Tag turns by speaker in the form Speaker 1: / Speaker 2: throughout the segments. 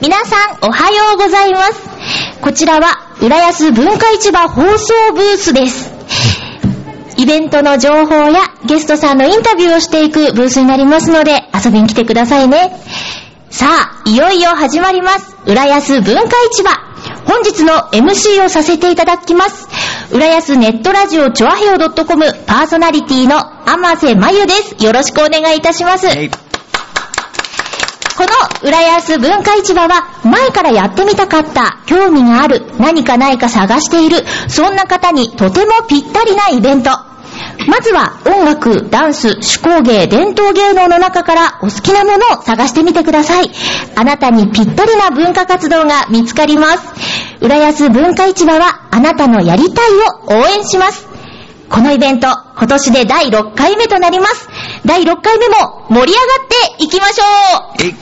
Speaker 1: 皆さん、おはようございます。こちらは、浦安文化市場放送ブースです。イベントの情報やゲストさんのインタビューをしていくブースになりますので、遊びに来てくださいね。さあ、いよいよ始まります。浦安文化市場。本日の MC をさせていただきます。浦安ネットラジオチョアヘオ .com パーソナリティの天瀬まゆです。よろしくお願いいたします。
Speaker 2: えい
Speaker 1: この浦安文化市場は前からやってみたかった、興味がある、何かないか探している、そんな方にとてもぴったりなイベント。まずは音楽、ダンス、手工芸、伝統芸能の中からお好きなものを探してみてください。あなたにぴったりな文化活動が見つかります。浦安文化市場はあなたのやりたいを応援します。このイベント、今年で第6回目となります。第6回目も盛り上がっていきましょう
Speaker 2: えい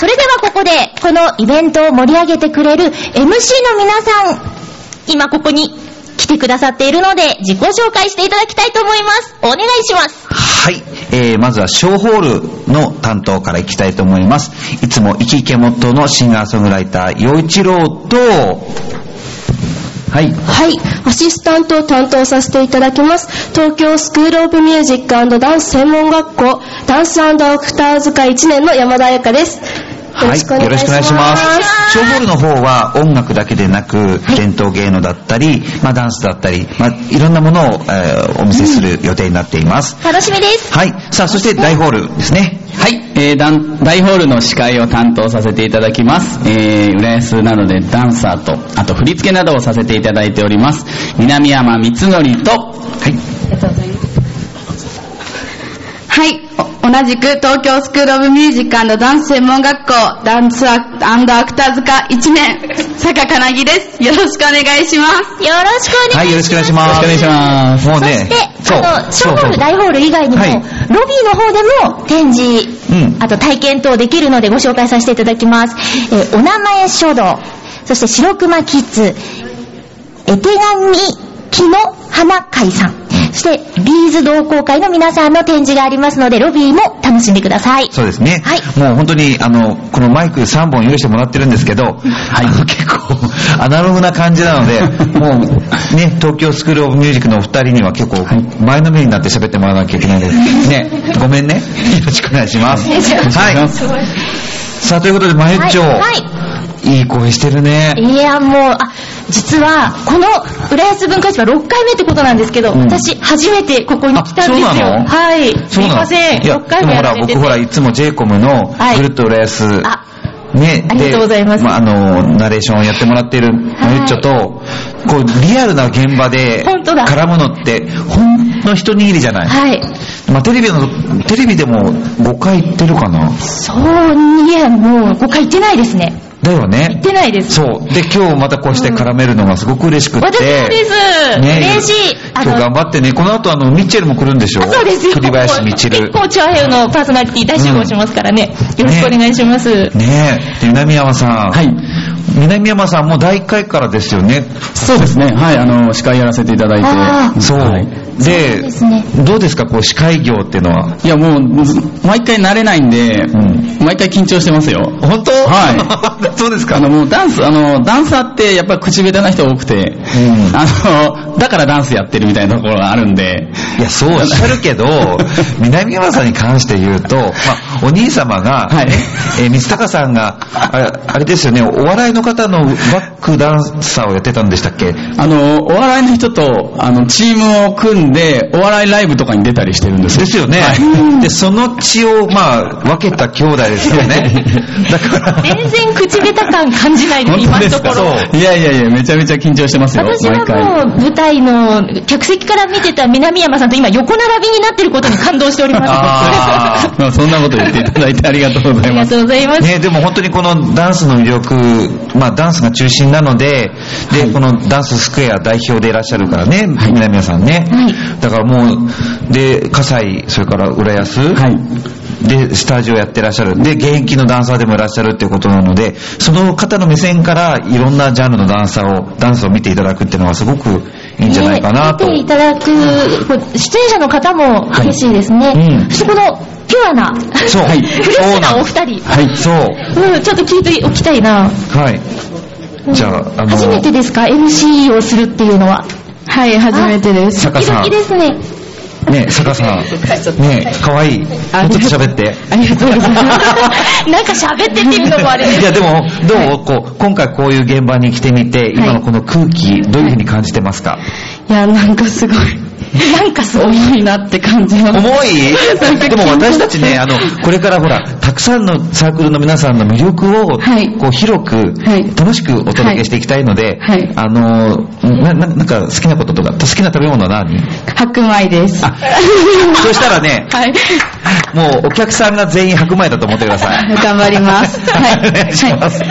Speaker 1: それではここで、このイベントを盛り上げてくれる MC の皆さん、今ここに来てくださっているので、自己紹介していただきたいと思います。お願いします。
Speaker 2: はい、えー、まずは小ホールの担当からいきたいと思いますいつも生き生き元のシンガーソングライター陽一郎とはい
Speaker 3: はい、アシスタントを担当させていただきます。東京スクールオブミュージックダンス専門学校ダンスアクターズ会1年の山田彩香です。よろしくお
Speaker 2: はい、よ
Speaker 3: 願
Speaker 2: ろ
Speaker 3: い
Speaker 2: し
Speaker 3: し
Speaker 2: くお願
Speaker 3: ま
Speaker 2: い
Speaker 3: す。
Speaker 2: します
Speaker 1: お願いします
Speaker 2: ショーホールの方は音楽だけでなく、伝統芸能だったり、まあ、ダンスだったり、まあ、いろんなものを、えーお見せする予定になっています、
Speaker 1: 楽しみです。
Speaker 2: はいさあそして大ホールですね
Speaker 4: はい、えー、ダン大ホールの司会を担当させていただきます、えー、浦安などでダンサーとあと振り付けなどをさせていただいております南山光則とはい
Speaker 5: はい。お同じく東京スクールオブミュージックダンス専門学校ダンスアクターズ科1年、坂かなぎです。よろしくお願いします。
Speaker 1: よろしくお
Speaker 2: は
Speaker 1: 願
Speaker 2: い
Speaker 1: いします。
Speaker 2: よろしくお願いします
Speaker 4: よろしくお願いします
Speaker 2: もう
Speaker 1: そ
Speaker 2: ね
Speaker 1: して、
Speaker 2: そう
Speaker 1: あの、ショーホ
Speaker 2: そ
Speaker 1: ー
Speaker 2: うそ
Speaker 1: ル、
Speaker 2: う
Speaker 1: 大ホール以外にも、
Speaker 2: はい
Speaker 1: ロビーの方でも展示、
Speaker 2: うん
Speaker 1: あと体験等できるのでご紹介させていただきます。えーお名前書道、そして白熊キッズ、絵手紙木の花会さん、そしてビーズ同好会の皆さんの展示がありますので、ロビーも楽しんでください。
Speaker 2: そうですね。
Speaker 1: はい
Speaker 2: もう本当に、あの、このマイク3本用意してもらってるんですけど、あの結構、アナログな感じなので、もう、ね、東京スクールオブミュージックのお二人には結構、前のめりになって喋ってもらわなきゃいけないので、ね、ごめんね。よろしくお願いします。はい。さあ、ということで、まゆっちょ、
Speaker 1: はい
Speaker 2: いい声してるね。
Speaker 1: いや、もう、あ、実は、この、浦安文化市場6回目ってことなんですけど、
Speaker 2: うん
Speaker 1: 私、初めてここに来たんですよ。
Speaker 2: あそうなの
Speaker 1: はい。す
Speaker 2: そう
Speaker 1: み
Speaker 2: なの
Speaker 1: ません。
Speaker 2: いや、
Speaker 1: 6回
Speaker 2: でも
Speaker 1: 目
Speaker 2: ほ
Speaker 1: や
Speaker 2: ら、
Speaker 1: られて
Speaker 2: 僕
Speaker 1: て
Speaker 2: ほら、いつも JCOM の、
Speaker 1: はい
Speaker 2: ぐるっと浦安、
Speaker 1: あ、
Speaker 2: ね、
Speaker 1: ありがとうございます
Speaker 2: であ、あの、ナレーションをやってもらっているマユッチョと、こう、リアルな現場で
Speaker 1: 本当だ
Speaker 2: 絡むのって、ほんの一握りじゃない。
Speaker 1: はい。
Speaker 2: まあ、テレビの、テレビでも5回行ってるかな。
Speaker 1: そう、いや、もう、5回行ってないですね。
Speaker 2: だよね
Speaker 1: 行っ。てないです。
Speaker 2: そう。で、今日またこうして絡めるのがすごく嬉しくって。
Speaker 1: 私もです。
Speaker 2: ね
Speaker 1: 嬉しい。
Speaker 2: 今日頑張ってね。この後、あの、ミッチェルも来るんでしょ
Speaker 1: あそうですよ。
Speaker 2: 栗林ミッチェル
Speaker 1: 結。構、チャーヘのパーソナリティ大集合しますからね。よろしくお願いします。
Speaker 2: ねえ。で南山さん。
Speaker 4: はい。
Speaker 2: 南山さんも第1回からですよね。
Speaker 4: そうですねはいあの司会やらせていただいて
Speaker 1: あー
Speaker 2: そう。
Speaker 4: はい
Speaker 2: で
Speaker 1: ですね
Speaker 2: どうですか、こう、司会業っていうのは。
Speaker 4: いやもうず毎回慣れないんで、
Speaker 2: ん
Speaker 4: 毎回緊張してますよ
Speaker 2: 本当
Speaker 4: はい
Speaker 2: 。そうですか
Speaker 4: あのもうダンスあのダンサーってやっぱ口下手な人多くて、
Speaker 2: ん
Speaker 4: あのだからダンスやってるみたいなところがあるんで
Speaker 2: いや、そうおっしゃるけ ど、南山さんに関して言うと、まあ、お兄様が、
Speaker 4: はい
Speaker 2: えー水高さんが、あれあれですよね、お笑いの方のバックダンサーをやってたんでしたっけ
Speaker 4: あの、お笑いの人と、あの、チームを組んで、お笑いライブとかに出たりしてるんです
Speaker 2: で
Speaker 4: よ。
Speaker 2: すよね。で、その血を、まあ、分けた兄弟ですよ ね。だから、
Speaker 1: 全然口下手感感じないです、今のとこ ろ。
Speaker 4: いやいやいや、めちゃめちゃ緊張してますよ、
Speaker 1: 私
Speaker 4: 毎回。
Speaker 1: はもう舞台の客席から見てた南山さんと今横並びになってることに感動しております。
Speaker 2: あー
Speaker 4: まあそんなこと言っていただいてありがとうござ
Speaker 1: あ
Speaker 4: い
Speaker 1: り
Speaker 4: ま
Speaker 1: が
Speaker 4: す。
Speaker 1: とうございます。
Speaker 2: ね、でも本当にこのダンスの魅力、まあダンスが中心なので、で、このダンススクエア代表でいらっしゃるからね、南谷さんね。
Speaker 1: はい
Speaker 2: だからもう、で、葛西、それから浦安、
Speaker 4: はい。
Speaker 2: で、スタジオやってらっしゃる。で、現役のダンサーでもいらっしゃるっていうことなので、その方の目線からいろんなジャンルのダンサーを、ダンスを見ていただくっていうのはすごくいいんじゃないかなと。
Speaker 1: ね見ていただく、こう出演者の方も嬉しいですね。
Speaker 2: うん
Speaker 1: そこの、ピュアな、
Speaker 2: そう。
Speaker 4: はい
Speaker 1: フレッシュなお二人。
Speaker 2: はい。そう。
Speaker 1: うん、ちょっと聞いておきたいな。
Speaker 2: はい。じゃあ、あの、
Speaker 1: 初めてですか ?MC をするっていうのは。
Speaker 5: はい、初めてです。
Speaker 2: 坂
Speaker 1: ドキ
Speaker 2: さ
Speaker 1: ド
Speaker 2: ん
Speaker 1: キ。です ね。
Speaker 2: ね、坂さん。 ね、かわいい。もうちょっと喋って。
Speaker 5: ありがとうございます。
Speaker 1: なんか喋ってっていうのもあれです
Speaker 2: いやでも、どう、こう、今回こういう現場に来てみて、今のこの空気、どういうふうに感じてますか、
Speaker 5: いや、なんかすごい、なんかすごい重いなって感じます。
Speaker 2: 重 いでも私たちね、あの、これからほら、たくさんのサークルの皆さんの魅力を、
Speaker 5: はい
Speaker 2: こう、広く、
Speaker 5: はい
Speaker 2: 楽しくお届けしていきたいので、
Speaker 5: はいはい
Speaker 2: あのな、ななんか好きなこととか、好きな食べ物は何
Speaker 5: 白米です。
Speaker 2: あ、 そしたらね、
Speaker 5: はい。
Speaker 2: もうお客さんが全員白米だと思ってください。
Speaker 5: 頑張ります。は い。
Speaker 2: お願いします。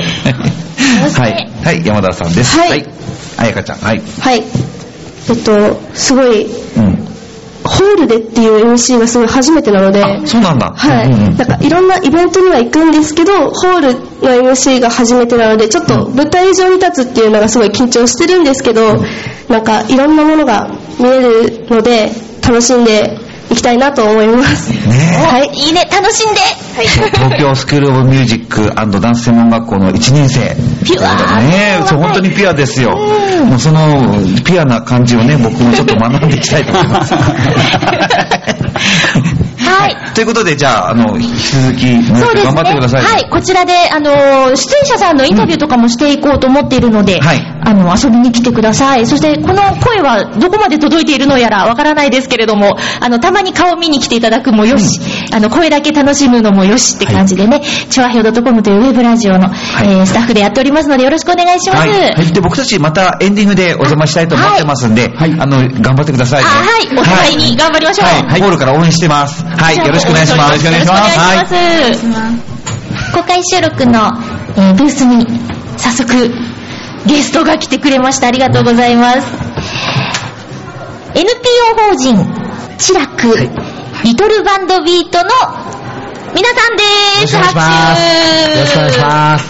Speaker 2: はい。はい、山田さんです。
Speaker 3: はい
Speaker 2: あやかちゃん。はい。
Speaker 3: はい。えっと、すごい、
Speaker 2: うん。
Speaker 3: ホールでっていう MC がすごい初めてなので、
Speaker 2: あ、そうなんだ。
Speaker 3: はい。
Speaker 2: うんうんうん
Speaker 3: なんかいろんなイベントには行くんですけど、ホールの MC が初めてなので、ちょっと舞台上に立つっていうのがすごい緊張してるんですけど、なんかいろんなものが見えるので、楽しんでいきたいなと思います。
Speaker 2: ね
Speaker 3: はい。
Speaker 1: いいね、楽しんで。
Speaker 2: え東京スクール・オブ・ミュージックダンス専門学校の1年生
Speaker 1: ピュア
Speaker 2: ということでねそう本当にピュアですよ、もうそのピュアな感じをね僕もちょっと学んでいきたいと思います
Speaker 1: はい。
Speaker 2: ということでじゃああの引き続き
Speaker 1: そうですね。
Speaker 2: 頑張ってください、
Speaker 1: はい、こちらで、あのー、出演者さんのインタビューとかもしていこうと思っているので、
Speaker 2: はい
Speaker 1: あの、遊びに来てください。そして、この声はどこまで届いているのやらわからないですけれども、あの、たまに顔見に来ていただくもよし、あの、声だけ楽しむのもよしって感じでね、チョアヘオドットコムというウェブラジオの、
Speaker 2: い
Speaker 1: えースタッフでやっておりますので、よろしくお願いします。
Speaker 2: はいで僕たちまたエンディングでお邪魔したいと思ってますんで、
Speaker 4: はい
Speaker 2: あの頑張ってくださいね
Speaker 1: あはい、お互いに頑張りましょう。
Speaker 2: はい、ホールから応援してますはいよろしくお願いします
Speaker 1: よろしくお願いします。公開収録の、えーブースに早速ゲストが来てくれました。ありがとうございます。NPO 法人、チラク、リトルバンドビートの皆さんです。拍手。
Speaker 2: ますよろしくお願いします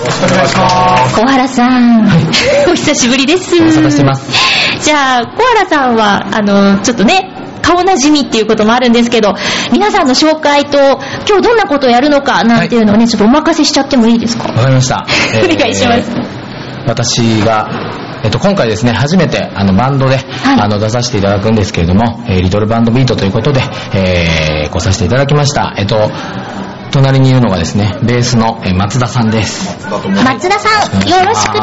Speaker 1: 小原さん、お久しぶりです。
Speaker 4: ご無沙汰してます
Speaker 1: じゃあ、小原さんは、あの、ちょっとね、顔なじみっていうこともあるんですけど、皆さんの紹介と、今日どんなことをやるのかなんていうのをね、ちょっとお任せしちゃってもいいですか、
Speaker 6: わかりました。
Speaker 1: お願いします
Speaker 6: 私が、えっと、今回ですね、初めて、あの、バンドで、
Speaker 1: はい
Speaker 6: あの、出させていただくんですけれども、えーリトルバンドビートということで、えー来させていただきました。えっと、隣にいるのがですね、ベースの、えー松田さんです。
Speaker 1: 松田さん、よろしく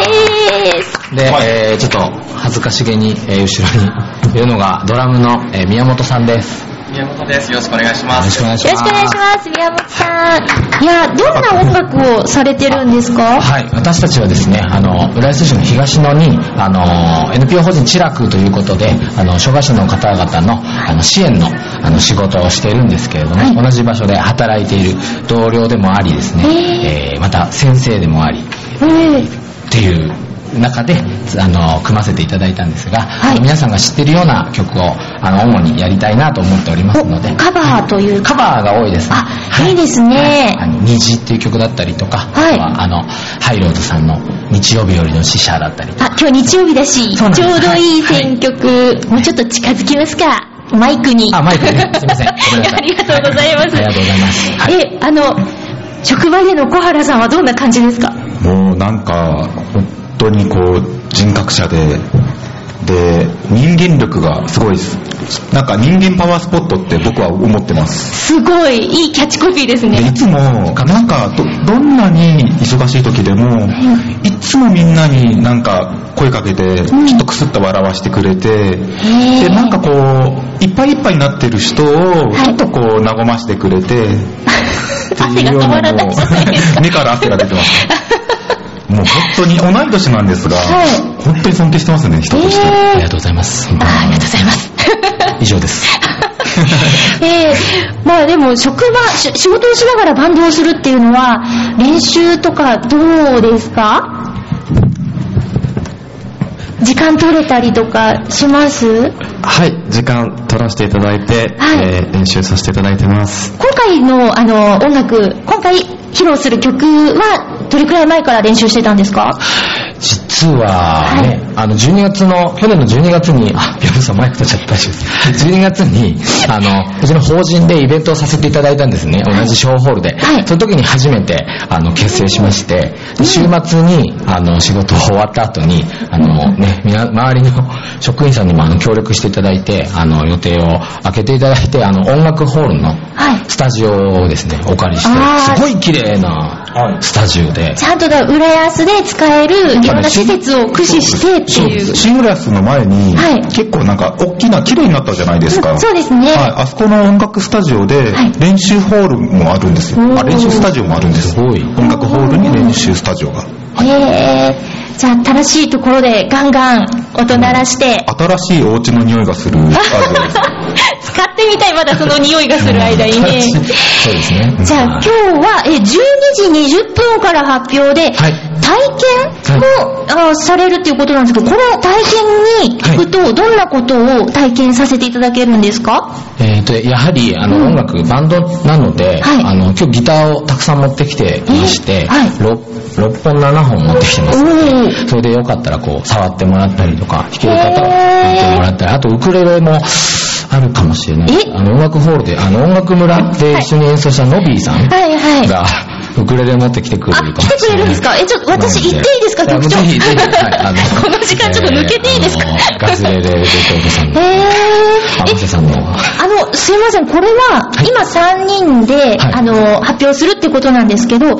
Speaker 1: です。
Speaker 6: で、えーちょっと、恥ずかしげに、えー後ろにいるのが、ドラムの、えー宮本さんです。
Speaker 4: 宮本です。よろしくお願いし
Speaker 6: よ
Speaker 4: ま
Speaker 6: ろしくお願いし
Speaker 1: よ
Speaker 6: ま
Speaker 1: ろし
Speaker 6: す。
Speaker 1: くお願いします、宮本さん。いや、どんな音楽をされてるんですか
Speaker 6: はい、私たちはですね、あの、浦安市の東野に、あの、NPO 法人チラクということで、あの、障害者の方々の、あの、支援の、あの、仕事をしているんですけれども、同じ場所で働いている同僚でもありですね、えーまた先生でもあり、っていう中で、あの、組ませていただいたんですが、
Speaker 1: い
Speaker 6: あの皆さんが知ってるような曲を、あの、主にやりたいなと思っておりますので、
Speaker 1: カバーという
Speaker 6: カ
Speaker 1: か、
Speaker 6: バーが多いですね。
Speaker 1: あ、いいですね。
Speaker 6: あの虹っていう曲だったりとか、
Speaker 1: はい
Speaker 6: あとはあのハイローズさんの日曜日よりの死者だったりとか
Speaker 1: あ、今日日曜日だし、ちょ
Speaker 6: そううなんです
Speaker 1: どいい選曲、もうちょっと近づきますか、マイクに。
Speaker 6: あマイクねすいませんごめんなさい
Speaker 1: ありがとうございます。
Speaker 6: はいありがとうございますは
Speaker 1: え、あの、職場での小原さんはどんな感じですか
Speaker 7: もうなんか本当にこう人格者でで人間力がすごいですなんか人間パワースポットって僕は思ってます
Speaker 1: すごい、いいキャッチコピーです
Speaker 7: でい
Speaker 1: ね。
Speaker 7: つもなんかどどんなに忙しい時でもいつもみんなになんか声かけてちょっとくすっと笑わしてくれて
Speaker 1: へー
Speaker 7: でなんかこういっぱいいっぱいになってる人をちょっとこう和ましてくれてって
Speaker 1: 汗
Speaker 7: い
Speaker 1: が
Speaker 7: うよ
Speaker 1: 止
Speaker 7: う
Speaker 1: まら
Speaker 7: な
Speaker 1: な
Speaker 7: も
Speaker 1: いうじゃない ですか。
Speaker 7: 目から汗が出てますもう本当に同い年なんですが、
Speaker 1: はい
Speaker 7: 本当に尊敬してますね、人
Speaker 1: え
Speaker 7: として。
Speaker 6: あり
Speaker 1: ー
Speaker 6: がとうございま
Speaker 1: あ
Speaker 6: す
Speaker 1: ありがとうございます。
Speaker 6: 以上です
Speaker 1: えー、まあでも職場、し仕事をしながらバンドをするっていうのは、練習とかどうですか時間取れたりとかします
Speaker 7: はい、時間取らせていただいて、
Speaker 1: はいえ
Speaker 7: 練習させていただいてます。
Speaker 1: 今回のあの音楽、今回披露する曲はどれくらい前から練習してたんですか
Speaker 6: 実はね、あの、12月の、去年の12月に、あ、ビョブさんマイク取っちゃった大丈夫です。12月に、あの、うちの法人でイベントをさせていただいたんですね。同じ小ホールで。
Speaker 1: はい
Speaker 6: その時に初めて、あの、結成しまして、で週末に、あの、仕事終わった後に、あの、ね、みな周りの職員さんにも、あの、協力していただいて、あの、予定を開けていただいて、あの、音楽ホールの
Speaker 1: はい、
Speaker 6: スタジオをですね、お借りして、
Speaker 1: あー
Speaker 6: すごい綺麗なスタジオで、
Speaker 1: ちゃんとだ浦安で使えるいろんな施設を駆使してっていう。
Speaker 2: シングラスの前に、
Speaker 1: はい
Speaker 2: 結構なんか大きな綺麗になったじゃないですか。
Speaker 1: そうですね。
Speaker 2: はい、あそこの音楽スタジオで
Speaker 1: はい
Speaker 2: 練習ホールもあるんですよ、あ練習スタジオもあるんです
Speaker 6: ごい
Speaker 2: 音楽ホールに練習スタジオが
Speaker 1: へえ。じゃあ楽しいところでガンガン音鳴らして、
Speaker 2: 新しいお家の匂いがするスタ ジオです
Speaker 1: 使ってみたい、まだその匂いがする間にね。
Speaker 6: そうですね。
Speaker 1: じゃあ今
Speaker 6: はい
Speaker 1: 日はえ12時20分から発表で、
Speaker 6: はい
Speaker 1: 体験も、あされるっていうことなんですけど、この体験に聞くと、どんなことを体験させていただけるんですか
Speaker 6: えー、とやはりあの音楽、バンドなので、
Speaker 1: はい
Speaker 6: あの今日ギターをたくさん持ってきていまして、
Speaker 1: えーはい
Speaker 6: 6, 本7本持ってきてますのでそれでよかったらこう触ってもらったりとか弾ける方は弾いてもらったりあとウクレレもあるかもしれない
Speaker 1: え
Speaker 6: あの音楽ホールであの音楽村で一緒に演奏したノビーさんが、
Speaker 1: はいはい。
Speaker 6: ウクレレ持ってきてくれる
Speaker 1: あ、
Speaker 6: か
Speaker 1: 来
Speaker 6: も
Speaker 1: て
Speaker 6: し
Speaker 1: くれ
Speaker 6: れな
Speaker 1: るんで
Speaker 6: い
Speaker 1: すかえ、ちょっと私行っていいですか、
Speaker 6: なの
Speaker 1: 局
Speaker 6: で
Speaker 1: 長。
Speaker 6: あのぜひぜひ、はい、あの
Speaker 1: この時間ちょっと抜けていいですか、
Speaker 6: えーあのガスレレで東京さん
Speaker 1: へ
Speaker 6: の
Speaker 1: え
Speaker 6: 浜瀬さんの
Speaker 1: あの、すいません、これは、今3人で、
Speaker 6: はい
Speaker 1: あの、発表するってことなんですけど、メ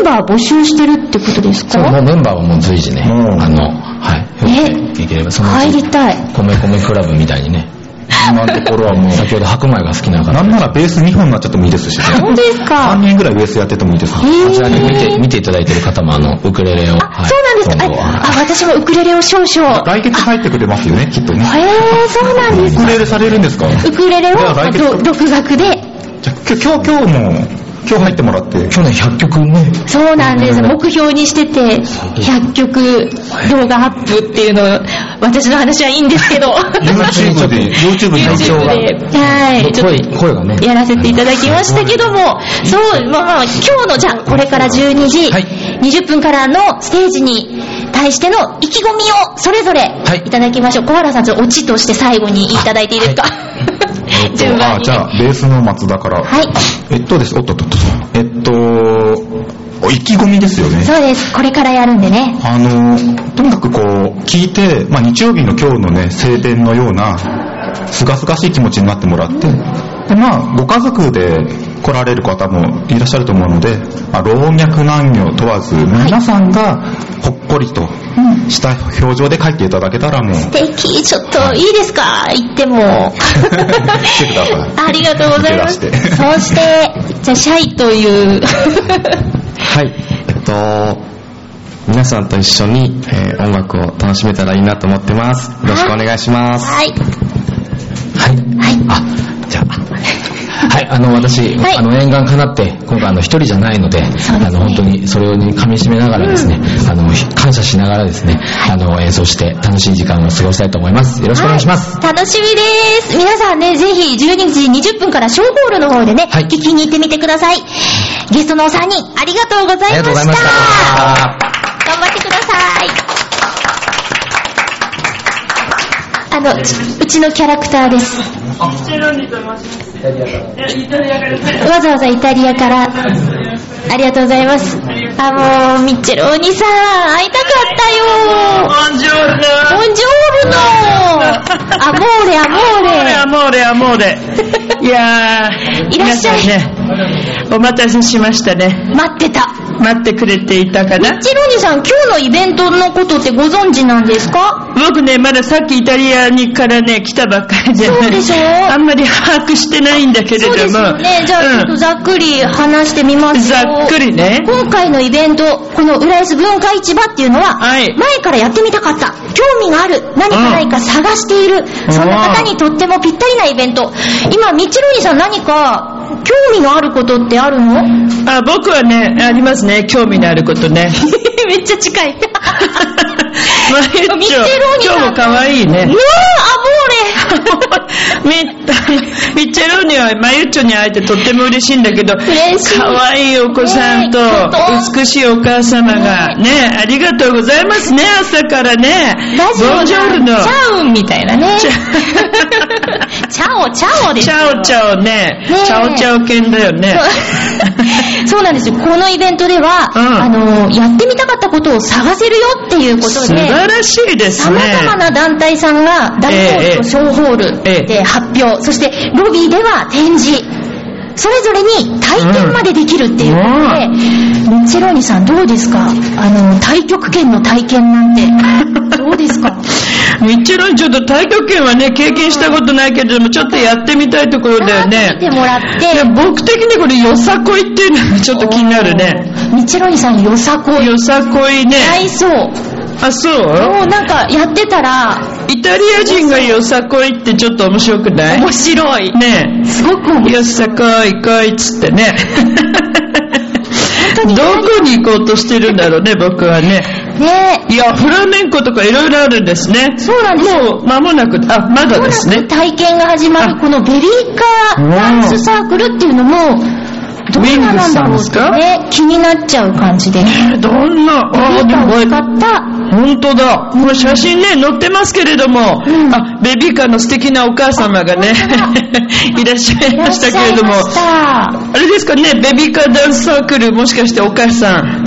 Speaker 1: ンバー募集してるってことです
Speaker 6: そう、もう
Speaker 1: か
Speaker 6: メンバーはもう随時ね、
Speaker 2: うん
Speaker 6: あの、はい、いければ、そのう
Speaker 1: 入
Speaker 6: ち、
Speaker 1: りたい。
Speaker 6: 米米クラブみたいにね、
Speaker 2: 今のところはもう
Speaker 6: 先ほど白米が好きな
Speaker 2: な
Speaker 6: 方
Speaker 2: ん、ならベース2本になっちゃってもいいですしね
Speaker 1: 本当です
Speaker 2: 3
Speaker 1: か
Speaker 2: 人ぐらいベースやっててもいいです
Speaker 1: へ
Speaker 2: ね
Speaker 6: こちらに見
Speaker 1: え
Speaker 6: て、見ていただいてる方も、あの、ウクレレを、
Speaker 1: あ、そうなんですか
Speaker 6: 今後
Speaker 1: あ
Speaker 6: は、
Speaker 1: あ私もウクレレを少々。
Speaker 2: 来月入ってくれますよねきっとね
Speaker 1: へえそうなんです
Speaker 2: ウクレレされるんですか
Speaker 1: ウクレレを、
Speaker 2: じゃあ
Speaker 1: あ
Speaker 2: 来月
Speaker 1: と独学で。
Speaker 2: じゃあ今日今日今日も今日入ってもらって
Speaker 6: 去年100曲ね、
Speaker 1: そうなんです。目標にしてて、100曲動画アップっていうの、私の話はいいんですけど。
Speaker 2: YouTube で YouTube に上
Speaker 1: YouTube で、
Speaker 2: が
Speaker 1: はい、ちょっと
Speaker 6: 声、声がね、
Speaker 1: やらせていただきましたけども、そう、まあまあ、今日の、じゃあ、これから12時、
Speaker 6: はい
Speaker 1: 20分からのステージに対しての意気込みをそれぞれ
Speaker 6: はい
Speaker 1: いただきましょう。小原さん、ちょっとオチとして最後にいただいていいですか、 順番
Speaker 2: あ
Speaker 1: に。
Speaker 2: じゃあベースの松田から
Speaker 1: はい。
Speaker 2: えっとです、おっとっとっと。えっと、お意気込みですよね。
Speaker 1: そうです。これからやるんでね。
Speaker 2: あの、とにかくこう、聞いて、まあ、日曜日の今日のね、晴天のような、すがすがしい気持ちになってもらって、で、まあ、ご家族で来られる方もいらっしゃると思うので、まあ、老若男女問わず、皆さんがほっこりとした表情で書いていただけたらもう、
Speaker 1: 素敵。ちょっと、いいですか行っても。
Speaker 2: 来てください。
Speaker 1: ありがとうございます。そ
Speaker 2: いけ
Speaker 1: う
Speaker 2: ら
Speaker 1: し
Speaker 2: して
Speaker 1: て、じゃあ、シャイという。
Speaker 8: はい、えっと、皆さんと一緒に、えー音楽を楽しめたらいいなと思ってます。よろしくお願いします。
Speaker 1: はい。
Speaker 6: はい。あ、じゃあ。はい、あの、私、
Speaker 1: はい
Speaker 6: あの、念願かなって、今回、あの、一人じゃないので、あの、本当に、それを噛み締めながらですね、あの、感謝しながらですね、あの、演奏して、楽しい時間を過ごしたいと思います。よろしくお願いします。
Speaker 1: はい楽しみです。皆さんね、ぜひ12時20分からショーホールの方でね、
Speaker 6: はい
Speaker 1: 聞きに行ってみてください。ゲストのお三人、ありがとうございました。
Speaker 6: ありがとうございました
Speaker 1: 頑張ってください。あの、ちうちのキャラクターです。わざわざイタリアから。ありがとうございます。あ、もう、ミッチェローニさん、会いたかったよ。
Speaker 9: ンジョルノ
Speaker 1: ボンジョールノアモーレアモーレ
Speaker 9: モーレアモ ーレいやー
Speaker 1: いらっしゃい
Speaker 9: 皆さんねお待たせしましたね
Speaker 1: 待ってた
Speaker 9: 待ってくれていたかな
Speaker 1: チロニさん今日のイベントのことってご存知なんですか
Speaker 9: 僕ねまださっきイタリアにからね来たばっかりで
Speaker 1: そうで しょ
Speaker 9: あんまり把握してないんだけれど
Speaker 1: そう
Speaker 9: も
Speaker 1: ですよねじゃあちょっとざっくり話してみますよ
Speaker 9: ざっくりね
Speaker 1: 今回のイベントこの浦安文化市場っていうのは、
Speaker 9: はい
Speaker 1: 前からやってみたかった興味がある何かないか探している、そんな方にとってもぴったりなイベント今ミッチェロニさん何か興味のあることってあるの
Speaker 9: うんあ僕はねありますね興味のあることね
Speaker 1: めっちゃ近い
Speaker 4: マユッ
Speaker 1: ミッ
Speaker 4: チ
Speaker 1: チェローニ
Speaker 4: ョ、
Speaker 1: さん
Speaker 4: 今日も可愛い
Speaker 1: う。
Speaker 4: ね
Speaker 1: わー、アモーレ
Speaker 4: ミッミッチェローニはマユッチョに会えてとっても嬉しいんだけど、
Speaker 1: 嬉しい
Speaker 4: 可愛いお子さんと
Speaker 1: ねえ本当
Speaker 4: 美しいお母様が、ねえ、ありがとうございますね、朝からね。
Speaker 1: ラジオ
Speaker 4: ボンジョールの。
Speaker 1: チャウンみたいなね。
Speaker 4: チ
Speaker 1: チ
Speaker 4: ャ
Speaker 1: ャオ、チャオです
Speaker 4: チ
Speaker 1: よ。
Speaker 4: ャオチャオね。チャオチャオ犬だよね。
Speaker 1: そう そうなんですよ。このイベントでは、
Speaker 4: うん
Speaker 1: あの、やってみたかったことを探せるよっていうこ
Speaker 4: 素
Speaker 1: とで、
Speaker 4: 晴らしいですね。
Speaker 1: 様々な団体さんが大ホールと小ホールで発表、そしてロビーでは展示それぞれに体験までできるっていうことで、ミッチェローニさんどうですかあの太極拳の体験 なんてどうですか
Speaker 4: ミッチェロンちょっと太極拳はね、経験したことないけれども、ちょっとやってみたいところだよ
Speaker 1: 見て
Speaker 4: ね。
Speaker 1: もらっ
Speaker 4: い
Speaker 1: て
Speaker 4: や、僕的にこれ、よさこいっていうのが ちょっと気になるね。
Speaker 1: ミッチェローニさんよさこい
Speaker 4: よさこいね。
Speaker 1: 大そうも
Speaker 4: あ、そう
Speaker 1: うなんかやってたら
Speaker 4: イタリア人がよさこいってちょっと面白くない
Speaker 1: 面白い
Speaker 4: ね
Speaker 1: すごく面白
Speaker 4: え。
Speaker 1: い
Speaker 4: よさこい、こいっつって ね。
Speaker 1: 当に
Speaker 4: どこに行こうとしてるんだろうね、僕はね。
Speaker 1: ね
Speaker 4: いや、フラメンコとかいろいろあるんですね。
Speaker 1: そうなんですよ
Speaker 4: もう間もなく、あ、まだですね。
Speaker 1: 体験が始まるこのベビーカーダンスサークルっていうのもどうなんだろうってね気になっちゃう感じでベビ
Speaker 4: えどんな、あー
Speaker 1: ー
Speaker 4: で
Speaker 1: カ
Speaker 4: も
Speaker 1: ー
Speaker 4: こ
Speaker 1: を
Speaker 4: れ
Speaker 1: 使った
Speaker 4: 本当だ。この写真ね、載ってますけれども、
Speaker 1: うん
Speaker 4: あ、ベビーカーの素敵なお母様がね
Speaker 1: あ本当、
Speaker 4: いらっしゃい
Speaker 1: いら
Speaker 4: ま
Speaker 1: っ
Speaker 4: し
Speaker 1: しゃ
Speaker 4: た
Speaker 1: い
Speaker 4: けれども
Speaker 1: ま、した
Speaker 4: あれですかね、ベビーカーダンスサークル、もしかしてお母さん。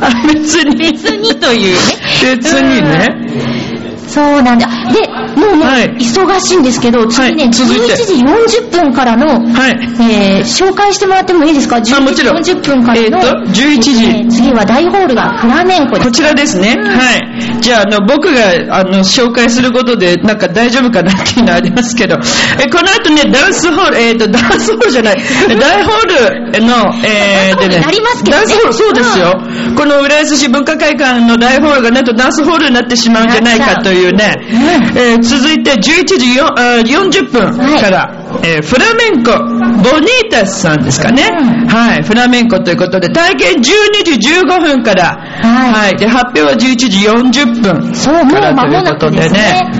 Speaker 4: あ、別に。別にというね。別にね。
Speaker 1: そうなんだでもうもう
Speaker 4: はい
Speaker 1: 忙しいんですけど次ね
Speaker 4: は
Speaker 1: 11
Speaker 4: い続いて
Speaker 1: 時40分からの
Speaker 4: はい。
Speaker 1: えー紹介してもらってもいいですか11
Speaker 4: あ、もちろん。
Speaker 1: 時40分から
Speaker 4: えっと
Speaker 1: の、
Speaker 4: 11
Speaker 1: えー
Speaker 4: 時。
Speaker 1: 次は大ホールがフラメンコで
Speaker 4: こ
Speaker 1: す
Speaker 4: ちらですね。はい。じゃあ、あの、僕が、あの、紹介することで、なんか大丈夫かなっていうのはありますけど、え、この後ね、ダンスホール、えっ、と、ダンスホールじ ゃない、大ホールの、えー、で
Speaker 1: ダンスホールに
Speaker 4: ね、
Speaker 1: なりますけど
Speaker 4: ダ
Speaker 1: ね
Speaker 4: ンスホール、そうですよ。この浦安市文化会館の大ホールが、なんとダンスホールになってしまうんじゃないかというね、えー続いて11時よあー40分から、えーフラメンコ、ボニータスさんですかね。はい、フラメンコということで、体験12時15分から、
Speaker 1: はい
Speaker 4: はい。で、発表は11時40分。
Speaker 1: そうもう
Speaker 4: から
Speaker 1: 間
Speaker 4: とい
Speaker 1: も
Speaker 4: う
Speaker 1: な
Speaker 4: こと
Speaker 1: くで
Speaker 4: です
Speaker 1: ね
Speaker 4: ね。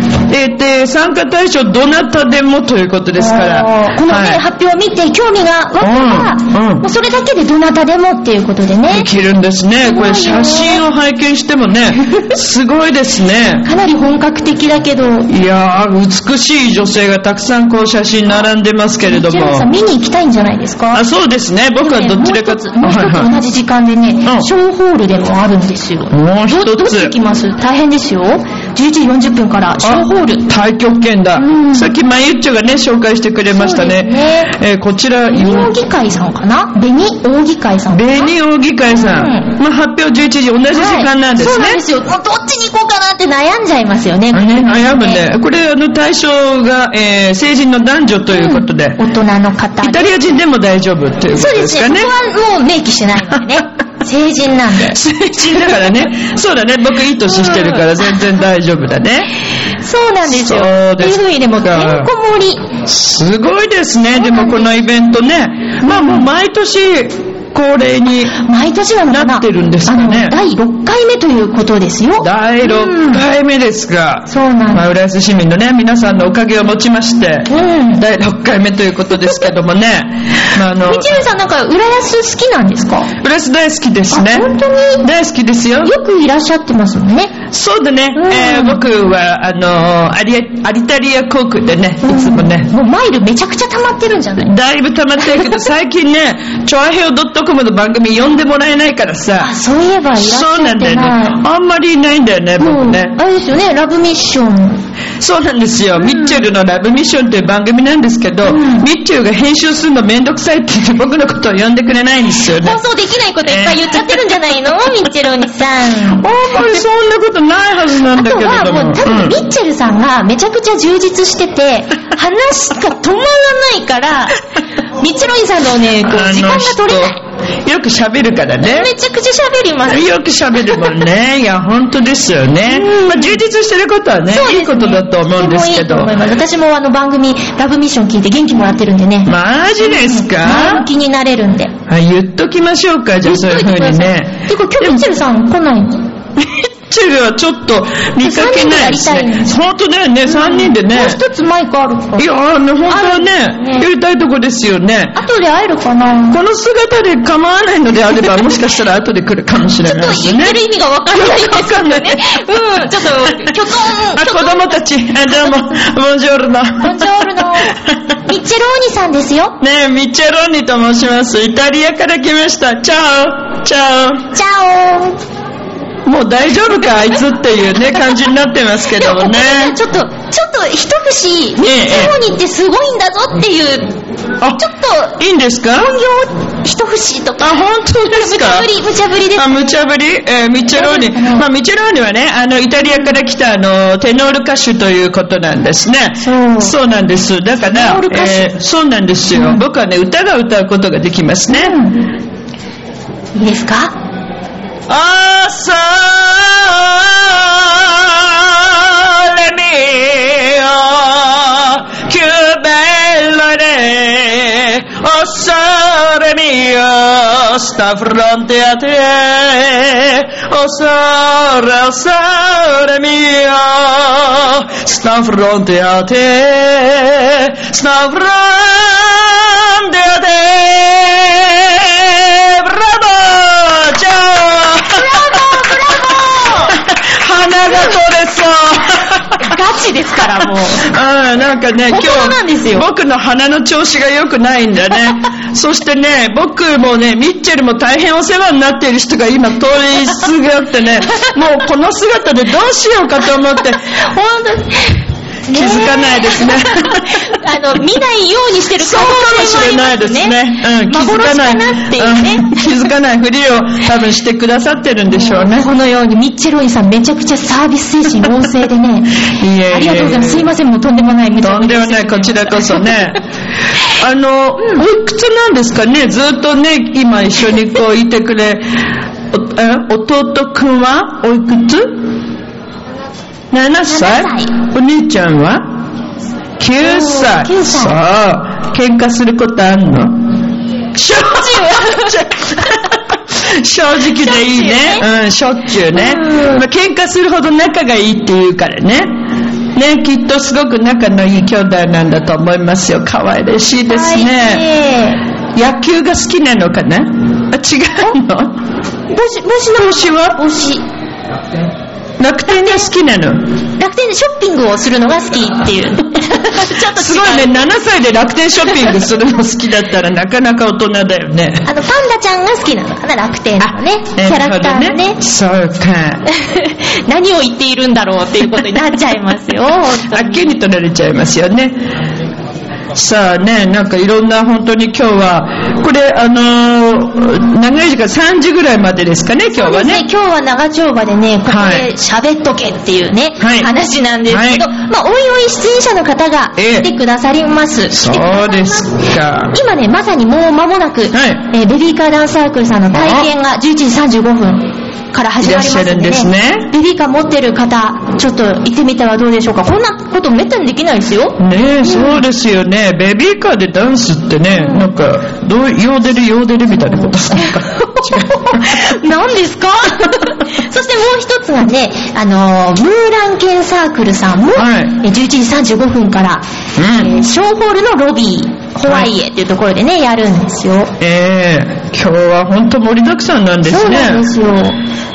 Speaker 4: えーで、参加対象どなたでもということですから。
Speaker 1: あーこのね、
Speaker 4: はい
Speaker 1: 発表を見て興味が湧けば、
Speaker 4: うんうん
Speaker 1: もうそれだけでどなたでもっていうことでね
Speaker 4: で、きるんですね。これ
Speaker 1: すごいね
Speaker 4: 写真を拝見してもね、すごいですね。
Speaker 1: かなり本格的だけど、
Speaker 4: いやー、美しい女性がたくさんこう写真並んでますけれど
Speaker 1: ジェロンさん
Speaker 4: も。
Speaker 1: 見に行きたいんじゃないですか
Speaker 4: あ、そうですね。僕は
Speaker 1: でも
Speaker 4: ど
Speaker 1: ね
Speaker 4: ちら
Speaker 1: も
Speaker 4: か
Speaker 1: う一つ、もう一
Speaker 4: はい
Speaker 1: つ
Speaker 4: は
Speaker 1: 同じ時間でね、
Speaker 4: ん
Speaker 1: 小ホールでもあるんですよ。
Speaker 4: いもう
Speaker 1: どど
Speaker 4: 一
Speaker 1: っち行
Speaker 4: つ
Speaker 1: き。ます大変ですよ。11時40分から小ホール。
Speaker 4: 太極拳だ
Speaker 1: うん。
Speaker 4: さっきマユッチョがね、紹介してくれました
Speaker 1: そうで
Speaker 4: ね。えーこちら、
Speaker 1: 紅扇会さんかな紅扇会さんかな
Speaker 4: ベニオ議会さん、
Speaker 1: う
Speaker 4: まあ、発表11時同じ時間なんですね、
Speaker 1: はいそうなんですよ。もうどっちに行こうかなって悩んじゃいますよね。
Speaker 4: ね悩むねこれあの対象が、えー成人の男女ということで、
Speaker 1: 大人の方
Speaker 4: イタリア人でも大丈夫っていうこ
Speaker 1: そう
Speaker 4: と
Speaker 1: で
Speaker 4: です
Speaker 1: す
Speaker 4: か
Speaker 1: ね。
Speaker 4: ね
Speaker 1: そこはもう明記してないの でね。成人なん で。
Speaker 4: 成人だからねそうだね僕いい年してるから全然大丈夫だね
Speaker 1: そうなんですよ。
Speaker 4: そうですか
Speaker 1: っていうふうにね、もうてんこ盛り。
Speaker 4: すごいですねでもこのイベントねまあもう毎年恒例に
Speaker 1: 毎年なのかな
Speaker 4: なってるんですか
Speaker 1: あ
Speaker 4: ね
Speaker 1: の、第6回目ということですよ。
Speaker 4: 第6
Speaker 1: うん
Speaker 4: 回目ですが、
Speaker 1: そうなん
Speaker 4: ま
Speaker 1: で
Speaker 4: あ、浦安市民のね皆さんのおかげをもちまして
Speaker 1: す。うん。
Speaker 4: 第6回目ということですけど もね、まあ、あの
Speaker 1: みちるさんなんか、浦安好きなんですか
Speaker 4: 浦安大好きですね
Speaker 1: あ本当に
Speaker 4: 大好きですよ
Speaker 1: よくいらっしゃってますもんね。
Speaker 4: そうだね、
Speaker 1: うん
Speaker 4: えー僕はあのアリアアリタリア航空でねいつもね、
Speaker 1: もうマイルめちゃくちゃ溜まってるんじゃない
Speaker 4: だいぶ溜まって るけど最近ねチョアヘオ .com の番組呼んでもらえないからさ
Speaker 1: あ、そういえばいらっしゃ
Speaker 4: そうな
Speaker 1: っ
Speaker 4: んだ
Speaker 1: て
Speaker 4: よね
Speaker 1: ない。
Speaker 4: あんまりいないんだよね
Speaker 1: も
Speaker 4: 僕
Speaker 1: う
Speaker 4: ね、
Speaker 1: あれですよね、ラブミッション。
Speaker 4: そうなんですよ、ミッチェルの「ラブミッション」という番組なんですけど、
Speaker 1: ん
Speaker 4: ミッチェルが編集するのめんどくさいって言って僕のことを呼んでくれないんですよね
Speaker 1: 放送できないこといっぱい言っちゃってるんじゃないの、 みちろにさん。
Speaker 4: あんまりそんなことないはずなん
Speaker 1: あ
Speaker 4: だ
Speaker 1: と
Speaker 4: けれ
Speaker 1: は
Speaker 4: ども。
Speaker 1: もう多分
Speaker 4: うん
Speaker 1: ミッチェルさんがめちゃくちゃ充実してて、話が止まらない から、ミッチェロインさんのね、こう時間が取れない。
Speaker 4: あの人よく喋るからね。
Speaker 1: めちゃくちゃ喋ります。
Speaker 4: よく喋るも んね。いや、本当ですよね。まあ、充実してることはね
Speaker 1: そうですね
Speaker 4: いいことだと思うんですけど。
Speaker 1: とてもいいと思います私もあの番組、ラブミッション聞いて元気もらってるんでね。
Speaker 4: マジです
Speaker 1: 前
Speaker 4: か
Speaker 1: 向、きになれるんで。
Speaker 4: あ言っときましょうか、じゃあそういうふうにね。
Speaker 1: てか今日ミッチェルさん来ないの
Speaker 4: ミッ
Speaker 9: チェルはちょっと見かけないです
Speaker 1: 三人でやりたい
Speaker 9: ね
Speaker 1: ね
Speaker 9: 本当だよね3人でね
Speaker 1: もう一つマイクあるから。
Speaker 9: いやあの本当は
Speaker 1: ある
Speaker 9: ね
Speaker 1: ね
Speaker 9: やりたいとこですよね
Speaker 1: 後で会えるかな
Speaker 9: この姿で構わないのであ ればもしかしたら後で来るかもしれないで
Speaker 1: ち
Speaker 9: す
Speaker 1: ょっと言
Speaker 9: ね
Speaker 1: ってる意味がわからないんですけどね。うん、ちょっと、きょとん、
Speaker 9: あ
Speaker 1: きょと
Speaker 9: 子
Speaker 1: ん。
Speaker 9: 供たちあど うもボンジョルノ
Speaker 1: ボンジョール の、ミッチェローニさんですよ。
Speaker 9: ねえミッチェローニと申しますイタリアから来ましたチャオチャ
Speaker 1: チャオ
Speaker 9: オもう大丈夫かあいつっていうね感じになってますけどもね
Speaker 1: ちょっと、ちょっと一節、ミッ
Speaker 9: ねえ
Speaker 1: チェローニってすごいんだぞっていう、
Speaker 9: あ
Speaker 1: ちょっと、
Speaker 9: いいんですか
Speaker 1: 本業一節と
Speaker 9: あ
Speaker 1: か、
Speaker 9: 本当ですか
Speaker 1: 無茶ぶり、無茶ぶりです
Speaker 9: あ。無茶ぶり、えーミッチェローニ、
Speaker 1: そうですね
Speaker 9: まあ、ミッチェローニはねあのイタリアから来たあのテノール歌手ということなんですね
Speaker 1: そう
Speaker 9: なんですだか
Speaker 1: テ
Speaker 9: ら
Speaker 1: ノール歌手
Speaker 9: えーそうなんですよ、僕はね歌が歌うことができますね、
Speaker 1: いいですか
Speaker 9: あされみよ、キューベルレ、おされみよ、スタフロンテアテ、おされおされみよ、スタフロンテアテ、スタフロンテアテ、ブラボーじゃあ鼻が取れそう
Speaker 1: ガチですから、もう。
Speaker 9: うん、なんか ね、今日
Speaker 1: 本物なんですよ
Speaker 9: 僕の鼻の調子が良くないん だね。そしてね、僕もね、ミッチェルも大変お世話になっている人が今通りすがってね、もうこの姿でどうしようかと思って、
Speaker 1: 本当に。
Speaker 9: 気づかないですね
Speaker 1: あの、見ないようにしてる
Speaker 9: そうかもしれないですね。うん、気づか
Speaker 1: 幻
Speaker 9: ない。
Speaker 1: かなっていうね。
Speaker 9: うん気づかないふりを多分してくださってるんでしょうね。
Speaker 1: このようにミッチェロインさんめちゃくちゃサービス精神旺盛でね
Speaker 9: いえいえいえ
Speaker 1: ありがとうございますすいませんもうとんでもない無
Speaker 9: と
Speaker 1: 茶
Speaker 9: ん
Speaker 1: ぶり
Speaker 9: でもない、こちらこそ ね。あの、おいくつなんですかねずっとね、今一緒にこういてくれ、おえ弟くんはおいくつ ?7 歳
Speaker 1: 7歳
Speaker 9: お姉ちゃんは ?9 歳。
Speaker 1: 9歳
Speaker 9: そう。喧嘩することあんの正 直正直でいいね。うん、しょっちゅうね。まあ、喧嘩するほど仲がいいって言うからね。ね、きっとすごく仲のいい兄弟なんだと思いますよ。可愛らしいですね。
Speaker 1: ね
Speaker 9: 野球が好きなのかなあ、違うの
Speaker 1: 帽子帽子の帽子は帽子
Speaker 9: 楽天が好きなの。
Speaker 1: 楽天でショッピングをするのが好きっていう ちょっと
Speaker 9: すごいね、7歳で楽天ショッピングするの好きだったらなかなか大人だよね。
Speaker 1: あのパンダちゃんが好きなのかな楽天のねキャラクターのね
Speaker 9: そうか。
Speaker 1: 何を言っているんだろうっていうことになっちゃいますよ本当
Speaker 9: あっけに取られちゃいますよね。さあね、なんかいろんな本当に今日は、これあのー長い時間3時ぐらいまでですかね、今日は
Speaker 1: ね
Speaker 9: ね。
Speaker 1: 今日は長丁場でね、ここ
Speaker 9: はい
Speaker 1: で喋っとけっていうね、
Speaker 9: はい
Speaker 1: 話なんですけど、
Speaker 9: は
Speaker 1: まあ、おいおい出演者の方が
Speaker 9: ええ
Speaker 1: 来てくださります。来てくだ
Speaker 9: そ
Speaker 1: さい
Speaker 9: うで
Speaker 1: ます
Speaker 9: か。
Speaker 1: 今ね、まさにもう間もなく、
Speaker 9: い
Speaker 1: えーベビーカーダンスサークルさんの体験が11時35分から始まりますので、ね、
Speaker 9: いらっしゃるんですね
Speaker 1: ベビーカー持ってる方、ちょっと行ってみてはどうでしょうか。こんなことめったにできないですよ。
Speaker 9: ねえ、そうですよね。ベビーカーでダンスってね、なんか、どう、ヨーデルヨーデルみたいなことするか。
Speaker 1: 何ですか そしてもう一つがね、あのームーランケンサークルさんも、
Speaker 9: はい
Speaker 1: え11時35分から、
Speaker 9: うん
Speaker 1: えーショーホールのロビー、ホワイエっていうところでね、やるんですよ。
Speaker 9: ええ今日は本当盛りだくさんなんですね。
Speaker 1: そうなんですよ。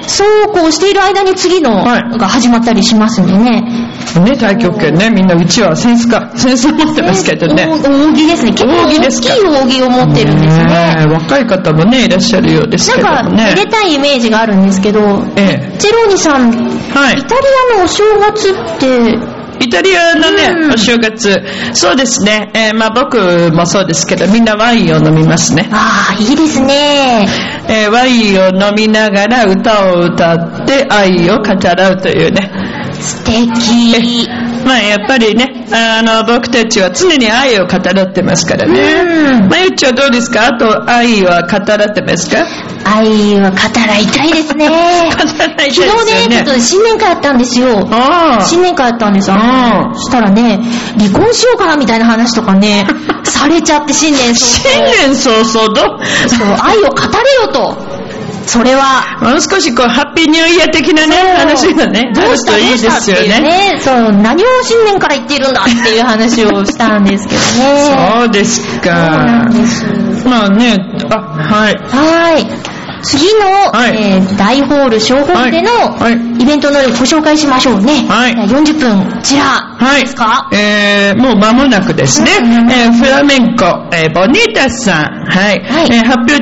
Speaker 1: そうこうしている間に次の
Speaker 9: はい
Speaker 1: が始まったりしますんでね。
Speaker 9: ね、太極拳ね、みんなうちは扇子か、扇子持ってますけどね。
Speaker 1: えー扇ですね。結構
Speaker 9: 扇で
Speaker 1: 大
Speaker 9: す
Speaker 1: き
Speaker 9: か
Speaker 1: い扇を持ってるんです
Speaker 9: ねえ
Speaker 1: ね。
Speaker 9: 若い方もねいらっしゃるようですけど
Speaker 1: なん
Speaker 9: も
Speaker 1: か、
Speaker 9: ね
Speaker 1: めでたいイメージがあるんですけど、
Speaker 9: え
Speaker 1: チェローニさん、
Speaker 9: えは
Speaker 1: イタリアのお正月って、
Speaker 9: いイタリアのね、
Speaker 1: うん
Speaker 9: お正月そうですね、えーまあ、僕もそうですけどみんなワインを飲みますね、
Speaker 1: ああ、いいですね。
Speaker 9: えーワインを飲みながら歌を歌って愛を語らうというね
Speaker 1: 素敵。
Speaker 9: まあやっぱりねあの僕たちは常に愛を語らってますからね、
Speaker 1: うん
Speaker 9: まゆっちはどうですかあと愛は語らってますか
Speaker 1: 愛は語らいたいですね。
Speaker 9: 語らいたいですよね
Speaker 1: 昨日ね、ちょっと新年会やったんですよ。
Speaker 9: あ
Speaker 1: 新年会やったんですよ。
Speaker 9: うん
Speaker 1: そしたらね、離婚しようかなみたいな話とかね、 されちゃって新年早
Speaker 9: 新
Speaker 1: 々。
Speaker 9: 年早々ど
Speaker 1: そう、愛を語れよと。それは、
Speaker 9: もう少しこう、ハッピーニューイヤー的なね、話がね、
Speaker 1: ど
Speaker 9: あ
Speaker 1: う
Speaker 9: る
Speaker 1: した
Speaker 9: と
Speaker 1: どう
Speaker 9: いいで
Speaker 1: したっ
Speaker 9: す
Speaker 1: て
Speaker 9: よ
Speaker 1: いうね
Speaker 9: ね。
Speaker 1: そう、何を新年から言っているんだっていう話をしたんですけどね。
Speaker 9: そうです
Speaker 1: そうな
Speaker 9: か
Speaker 1: ん。です。
Speaker 9: まあね、あ、はい。
Speaker 1: はい。次の、
Speaker 9: はい
Speaker 1: えー大ホール小ホールでの、
Speaker 9: はいは
Speaker 1: イベントのご紹介しましょうね。
Speaker 9: はい
Speaker 1: 40分、こちら。
Speaker 9: はい。
Speaker 1: ですか
Speaker 9: えー、もう間もなくですね。えー、フラメンコ、えー、ボニータさん。はい。
Speaker 1: はい
Speaker 9: えー発表11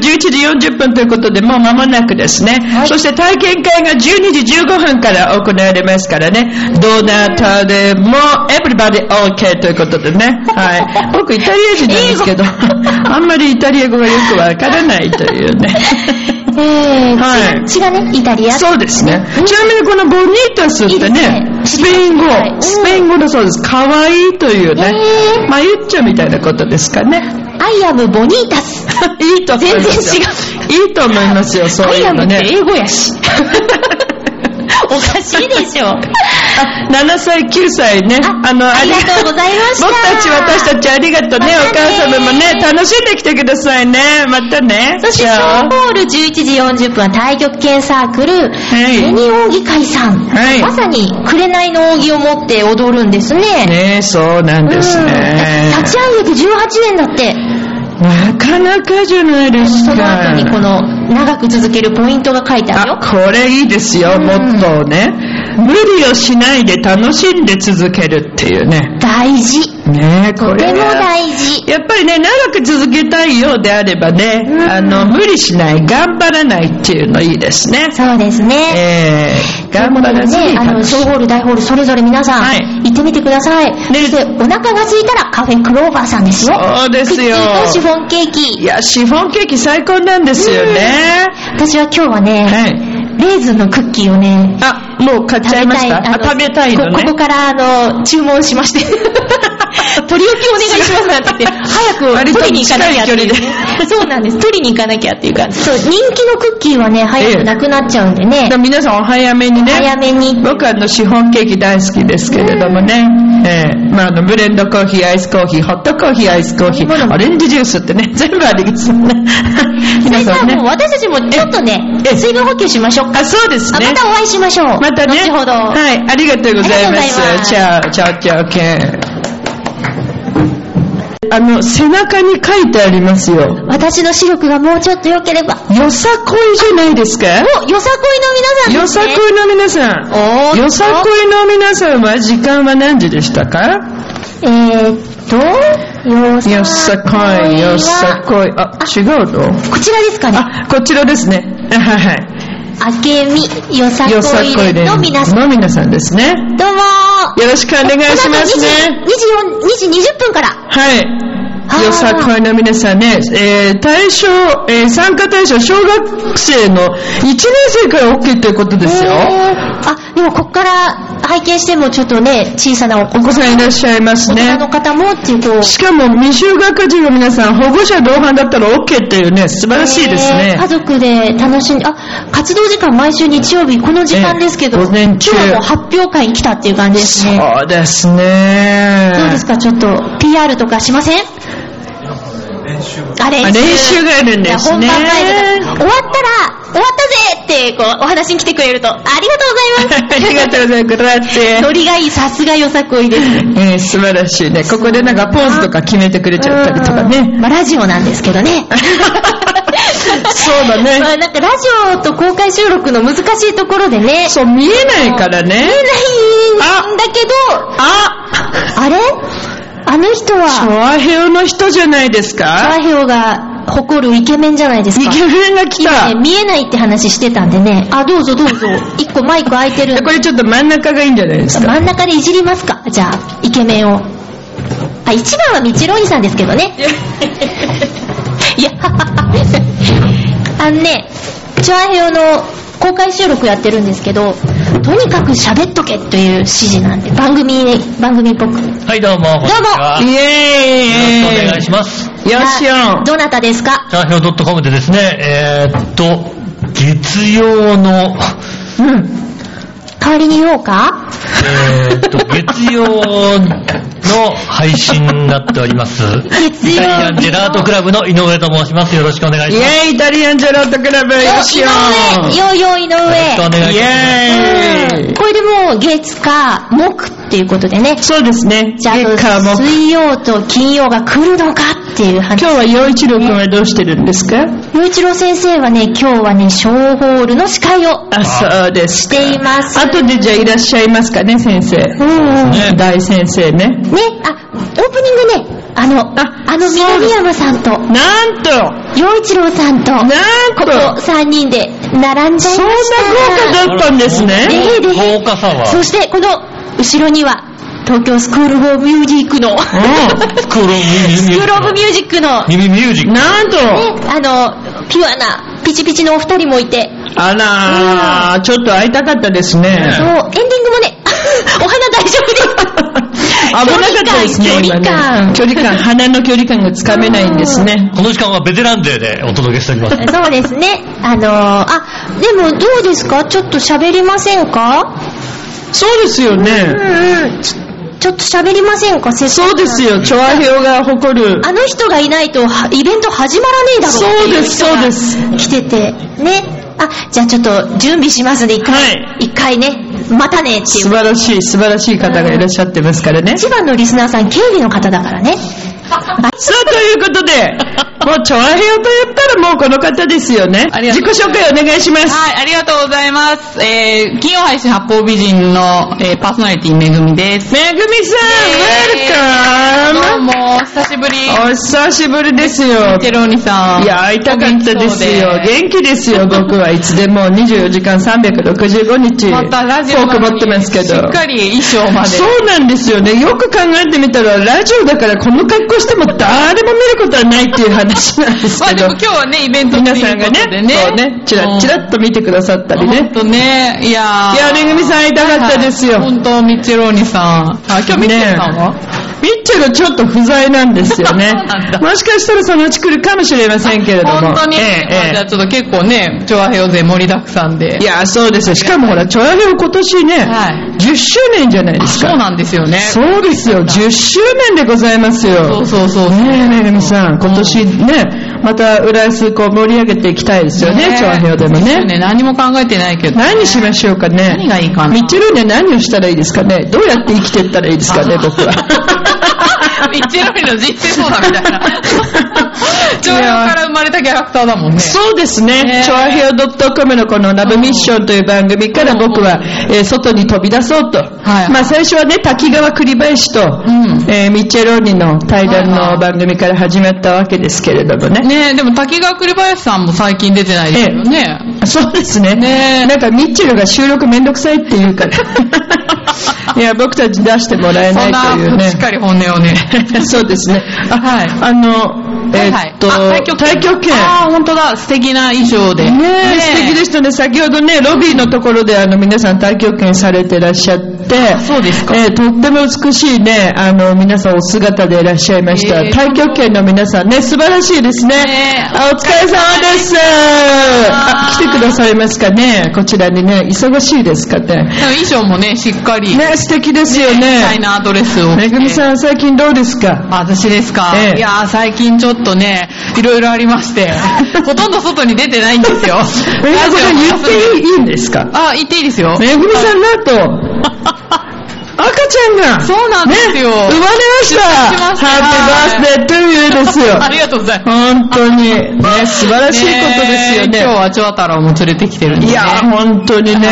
Speaker 9: 時40分ということで、もう間もなくですね。
Speaker 1: はい
Speaker 9: そして体験会が12時15分から行われますからね。どなたでも、everybody OK ということでね。はい。僕、イタリア人なんですけど、 あんまりイタリア語がよくわからないというね。
Speaker 1: えー、
Speaker 9: はい
Speaker 1: 血がね、イタリア。
Speaker 9: そうですね。ちなみにこのボニータスってね、
Speaker 1: いいです
Speaker 9: ス
Speaker 1: ね
Speaker 9: ペイン語
Speaker 1: はいうん、
Speaker 9: スペイン語だそうです。可愛いというね
Speaker 1: え、ー
Speaker 9: まあゆっちょみたいなことですかね。
Speaker 1: アイアムボニータス。
Speaker 9: いいと思いますよ。
Speaker 1: 全
Speaker 9: 違う。いいと思いますよ、そう
Speaker 1: アイ
Speaker 9: い
Speaker 1: ア
Speaker 9: う
Speaker 1: ム
Speaker 9: の
Speaker 1: って
Speaker 9: ね。
Speaker 1: 英語や し。おかしいでしょ。
Speaker 9: あ、7歳、9歳ね。
Speaker 1: あありがとうございました
Speaker 9: 僕たち、私たちありがとうね。お
Speaker 1: またね
Speaker 9: 母様もね、楽しんできてくださいね。またね。
Speaker 1: そして、
Speaker 9: じ
Speaker 1: シ
Speaker 9: ゃあ
Speaker 1: ョーホール11時40分は太極拳サークル、
Speaker 9: い
Speaker 1: 紅扇会さん。
Speaker 9: はい
Speaker 1: まさに、紅の扇を持って踊るんですね。
Speaker 9: ねそうなんですね。
Speaker 1: うん立ち上げて18年だって、
Speaker 9: なかなかじゃないです
Speaker 1: そ
Speaker 9: か。
Speaker 1: の後にこの長く続けるポイントが書いてあるよ。
Speaker 9: あこれいいですよ、
Speaker 1: うん
Speaker 9: もっとね無理をしないで楽しんで続けるっていうね
Speaker 1: 大事。
Speaker 9: ねえこと
Speaker 1: て
Speaker 9: れ
Speaker 1: も
Speaker 9: は
Speaker 1: 大事。
Speaker 9: やっぱりね長く続けたいようであればね、
Speaker 1: うん
Speaker 9: あの無理しない頑張らないっていうのいいですね
Speaker 1: そうですね。
Speaker 9: えー、頑張らず
Speaker 1: ということでね、
Speaker 9: に
Speaker 1: あの、
Speaker 9: 楽し
Speaker 1: 小ホール、大ホール、それぞれ皆さん、
Speaker 9: はい
Speaker 1: 行ってみてください。
Speaker 9: ね
Speaker 1: そして、お腹が空いたらカフェクローバーさんですよ。
Speaker 9: そうですよ
Speaker 1: クッキーとシフォンケー
Speaker 9: い
Speaker 1: キ。
Speaker 9: やシフォンケーキ最高なんですよね、
Speaker 1: 私は今日はね、
Speaker 9: はい
Speaker 1: レーズンのクッキーをね、
Speaker 9: あもう買っちゃいましたあ食べたいの
Speaker 1: こ
Speaker 9: ね
Speaker 1: ここから、あの、注文しま して。取り置きお願いしますなんて言って、早く
Speaker 9: 割と
Speaker 1: 取りに行かなきゃっていう、
Speaker 9: 近い距離
Speaker 1: ね。そうなんです。取りに行かなきゃっていう か、そう、人気のクッキーはね、早くなくなっちゃうんでね
Speaker 9: だか、ら皆さんお早めにね
Speaker 1: 早めに。
Speaker 9: 僕あのシフォンケーキ大好きですけれどもね、ええまあ、あのブレンドコーヒーアイスコーヒーホットコーヒーアイスコーヒーオレンジジュースってね 全部あります よね
Speaker 1: そ
Speaker 9: 皆
Speaker 1: れじゃ
Speaker 9: さ
Speaker 1: あ
Speaker 9: んね
Speaker 1: もう私たちもちょっとね
Speaker 9: え、え
Speaker 1: 水分補給しましょうか。
Speaker 9: あそうです
Speaker 1: あ
Speaker 9: ね
Speaker 1: またお会いしましょう。
Speaker 9: またね
Speaker 1: 後ほど。
Speaker 9: はいありがとうございま
Speaker 1: ありがとうございます
Speaker 9: すチャオチャオチャオケンあの背中に書いてありますよ
Speaker 1: 私の視力がもうちょっと良ければ。
Speaker 9: よさこいじゃないですか
Speaker 1: お、よさこいの 皆
Speaker 9: よ
Speaker 1: さ
Speaker 9: さ
Speaker 1: ん
Speaker 9: こ
Speaker 1: ですね。
Speaker 9: いの皆さん
Speaker 1: おー
Speaker 9: よさこいの皆さんは時間は何時でしたか
Speaker 1: えーっと、よさ
Speaker 9: よさこい、よさこい。あ、違うの
Speaker 1: こちらですかね。
Speaker 9: あ、こちらですね。はいは
Speaker 1: あけみ、よさ
Speaker 9: い。よさ
Speaker 1: こい
Speaker 9: こい
Speaker 1: で
Speaker 9: で
Speaker 1: の皆さん。
Speaker 9: の皆さんですね。
Speaker 1: どうもー。
Speaker 9: よろしくお願いしますね。
Speaker 1: この後2時、2時20分から。あ
Speaker 9: は
Speaker 1: ー
Speaker 9: い。よさこいの皆さんね、えー、対象、えー参加対象、小学生の1年生から OK ということですよ。
Speaker 1: へーあ、でもここから拝見してもちょっとね、小さなお子
Speaker 9: お子さんいらっしゃいますね。
Speaker 1: さんの方もっていう、こう。
Speaker 9: しかも未就学児の皆さん保護者同伴だったら OK っていうね素晴らしいです
Speaker 1: えー
Speaker 9: ね
Speaker 1: 家族で楽しんで、あ、活動時間毎週日曜日、この時間ですけど、
Speaker 9: ええ午前中
Speaker 1: 今日はもう発表会に来たっていう感じですね。
Speaker 9: そうですね
Speaker 1: どうですか、ちょっと PR とかしませんあ練習
Speaker 9: あ練習があるんですね
Speaker 1: いや本番前とか終わったら、終わったぜってこうお話に来てくれると、ありが とうございます
Speaker 9: ありがとうございます
Speaker 1: ノリがいい、さすがよさこいです。
Speaker 9: えー、素晴らしいねここでなんかポーズとか決めてくれちゃったりとか
Speaker 1: うん
Speaker 9: ね
Speaker 1: まあ、ラジオなんですけど ね。
Speaker 9: そうだね
Speaker 1: まあ、なんかラジオと公開収録の難しいところでね。
Speaker 9: そう見えないからね
Speaker 1: 見えないんだけど、
Speaker 9: あ
Speaker 1: あれあの人
Speaker 9: 昭
Speaker 1: は、
Speaker 9: 和平の人じゃないです
Speaker 1: チ
Speaker 9: か
Speaker 1: ャーヘオが誇るイケメンじゃないですか。
Speaker 9: イケメンが来た
Speaker 1: 今ね、見えないって話してたんでね。あ、どうぞどうぞ。一個マイク開いてるんで
Speaker 9: これちょっと真ん中がいいんじゃないですか
Speaker 1: 真ん中でいじりますかじゃあ、イケメンを。あ、一番はみちろんさんですけどね。いや、 あのね、チョアヘヨの公開収録やってるんですけど、とにかく喋っとけという指示なんで、番組、番組っぽく。
Speaker 10: はい、どうも、こんにちは。
Speaker 9: イ
Speaker 10: よろしく
Speaker 9: エーイ
Speaker 10: お願いします。
Speaker 9: よしよん
Speaker 1: どなたですか
Speaker 10: チャーヒョー .com でですね、えー、っと、月曜の、
Speaker 1: 代わりに言おうか
Speaker 10: えー、っと、月曜の配信になっております。イタリアンジェラートクラブの井上と申します。よろしくお願いします。
Speaker 9: イェーイ、イタリアンジェラートクラブ、よろしよ
Speaker 1: お井上よいよい井上
Speaker 10: よろしくお願いし
Speaker 9: ますイェーイ
Speaker 1: これでもう月か木っていうことでね
Speaker 9: そうですね。
Speaker 1: じゃあ
Speaker 9: 月火木
Speaker 1: 水曜と金曜が来るのかっていう話
Speaker 9: 今日は陽一郎君はどうしてるんですか
Speaker 1: 陽一郎先生はね今日はね小ホールの司会を
Speaker 9: あ、そうです
Speaker 1: し
Speaker 9: か。
Speaker 1: ています
Speaker 9: あとでじゃあいらっしゃいますかね、先生。大先生ね。
Speaker 1: ねあオープニングねあの
Speaker 9: あ
Speaker 1: あの南山さんと
Speaker 9: なんと
Speaker 1: 陽一郎さんと
Speaker 9: なん
Speaker 1: ことこ3人で並んじゃいました
Speaker 9: そんな豪華だったんですね。
Speaker 1: ねえねえ
Speaker 10: 豪華さは。
Speaker 1: そしてこの後ろには東京スクール・オブ・ミュージックの、
Speaker 10: スクロールミ
Speaker 1: スクール・オブ・ミ
Speaker 10: ュ
Speaker 1: ュージックの、
Speaker 10: ージ
Speaker 1: ね、
Speaker 10: ック。ミュミュージック。
Speaker 9: なんと
Speaker 1: あのピュアなピチピチのお二人もいて
Speaker 9: あらー、ちょっと会いたかったですね
Speaker 1: そ。うエンディングもね お花大丈夫です
Speaker 9: 危なかったですね、
Speaker 1: 距離
Speaker 9: 今
Speaker 1: 感
Speaker 9: ね。距離感、鼻の距離感がつかめないんですね。
Speaker 10: この時間はベテランデーでお届けしております。
Speaker 1: そうですねあのあでもどうですかちょっと喋りませんか
Speaker 9: そうですよ
Speaker 1: う
Speaker 9: ね。
Speaker 1: んうんちちょっと喋りませんかせっかくな
Speaker 9: そ
Speaker 1: ん
Speaker 9: うですよ、チョアヘオが誇る。
Speaker 1: あの人がいないとはイベント始まらねえだろってい人
Speaker 9: そう
Speaker 1: が
Speaker 9: ですそう
Speaker 1: 来ててねあじゃあちょっと準備しますね一回、
Speaker 9: はい
Speaker 1: 一回ねまたねってい
Speaker 9: 素
Speaker 1: う
Speaker 9: 晴らしい、素晴らしい方がいらっしゃってますからね。
Speaker 1: 一番のリスナーさん経理の方だからねあ
Speaker 9: さあ、ということ で、もうチョアヘオと言ったらもうこの方ですよね。
Speaker 5: ありが
Speaker 9: 自
Speaker 5: と
Speaker 9: 己
Speaker 5: うござい
Speaker 9: 紹
Speaker 5: ます
Speaker 9: 介お願いします。
Speaker 5: はい、ありがとうございます。えー、金曜配信八方美人の、えー、パーソナリティめぐみです。
Speaker 9: めぐみさん、ウェル
Speaker 5: ど
Speaker 9: カム
Speaker 5: うも、お久しぶり。
Speaker 9: お久しぶりですよ。
Speaker 5: テローニさん。
Speaker 9: いや、会いたかったですよ
Speaker 5: お。元気そうで
Speaker 9: 元気ですよ、僕はいつでも24時間365日。
Speaker 5: またラジ
Speaker 9: フ
Speaker 5: オ
Speaker 9: ォーク持ってますけど。
Speaker 5: しっかり衣装まで。
Speaker 9: そうなんですよね。よく考えてみたら、ラジオだからこの格好しても誰も見ることはないっていう話なんです
Speaker 5: まあ
Speaker 9: け
Speaker 5: で
Speaker 9: ど
Speaker 5: も今。日はね、イベントって
Speaker 9: 皆
Speaker 5: いう
Speaker 9: さんが
Speaker 5: こと
Speaker 9: ね、
Speaker 5: で
Speaker 9: そうね、チラッチラッと見てくださったり
Speaker 5: 本
Speaker 9: ね。
Speaker 5: 当ね、いやー
Speaker 9: いやめぐみさん会いたかったですよ
Speaker 5: はい本当、ミッチェローニさん。あ、今日ミッチェローニさんは、
Speaker 9: ミッチェルちょっと不在なんですよ ね
Speaker 5: そうなんだ。
Speaker 9: もしかしたらそのうち来るかもしれませんけれども。
Speaker 5: 本当に、
Speaker 9: ええ
Speaker 5: まあ
Speaker 9: ええ
Speaker 5: じゃあちょっと結構ね、調和平勢盛りだくさんで。
Speaker 9: いや、そうですよ。しかもほら、チョアヘオ今年ね、
Speaker 5: はい
Speaker 9: 10周年じゃないですか。
Speaker 5: そうなんですよね。
Speaker 9: そうですよ。10周年でございますよ。
Speaker 5: そうそうそうそう
Speaker 9: ねえ、めぐみさん、今年ね、また浦安こう盛り上げていきたいですよね、チョアヘオでも
Speaker 5: そう
Speaker 9: ね。
Speaker 5: 何も考えてないけど。
Speaker 9: 何しましょうかね。
Speaker 5: 何がいいかな
Speaker 9: ミッチェルーニは何をしたらいいですかね。どうやって生きていったらいいですかね、僕は。
Speaker 5: ミッチェローニの人生相談み たいな。調和平から生まれたキャラクターだもんね。
Speaker 9: そうですね
Speaker 5: ね。
Speaker 9: チョアヘオ .com のこのラブミッションという番組から僕は、えー外に飛び出そうと。
Speaker 5: い
Speaker 9: まあ最初はね、滝川栗林と、
Speaker 5: ん
Speaker 9: えーミッチェローニの対談
Speaker 5: はいは
Speaker 9: の
Speaker 5: い
Speaker 9: 番組から始まったわけですけれどもね。
Speaker 5: ねでも滝川栗林さんも最近出てないですよね。
Speaker 9: そうですね。
Speaker 5: ねえ
Speaker 9: なんかミッチェルが収録めんどくさいって言う から。いや、僕たち出してもらえ
Speaker 5: そ
Speaker 9: なんいという
Speaker 5: な、
Speaker 9: ね。
Speaker 5: しっかり本音をね。
Speaker 9: そうですね。あ、
Speaker 5: はい
Speaker 9: あの、え
Speaker 5: はい
Speaker 9: ーっと、
Speaker 5: はいあ太極拳。ああ、本当だ。素敵な衣装で。
Speaker 9: ねえ、素敵でしたね。先ほどね、ロビーのところであの皆さん太極拳されてらっしゃって、
Speaker 5: そうですか
Speaker 9: ええとっても美しいね、あの皆さんお姿でいらっしゃいました。
Speaker 5: ええ
Speaker 9: 太極拳の皆さんね、素晴らしいですね。
Speaker 5: ねえ
Speaker 9: あお疲れ様です。あ、来てくださいますかね、こちらにね、忙しいですかね。
Speaker 5: でも衣装もね、しっかり。
Speaker 9: ね、素敵ですよ
Speaker 5: シャイ
Speaker 9: ね。
Speaker 5: なドレスを着て。
Speaker 9: めぐみさん、最近どうですか
Speaker 5: あ私ですか、
Speaker 9: ええ
Speaker 5: いやー最近ちょっとね、いろいろあり まして、ほとんど外に出てないんですよ。
Speaker 9: え、これ言っていいいいんですか
Speaker 5: あ、言っていいですよ。
Speaker 9: めぐみさん、なんと、 赤ちゃんが、
Speaker 5: そうなんですよ。
Speaker 9: 生まれました
Speaker 5: 出産しました
Speaker 9: ハッピーバースデートゥーユーですよ
Speaker 5: 。ありがとうございます。
Speaker 9: 本当に、ね、素晴らしいことですよ
Speaker 5: え
Speaker 9: ね。
Speaker 5: 今日はチョアタラをも連れてきてるんで、
Speaker 9: い
Speaker 5: ね。
Speaker 9: やー、本当にね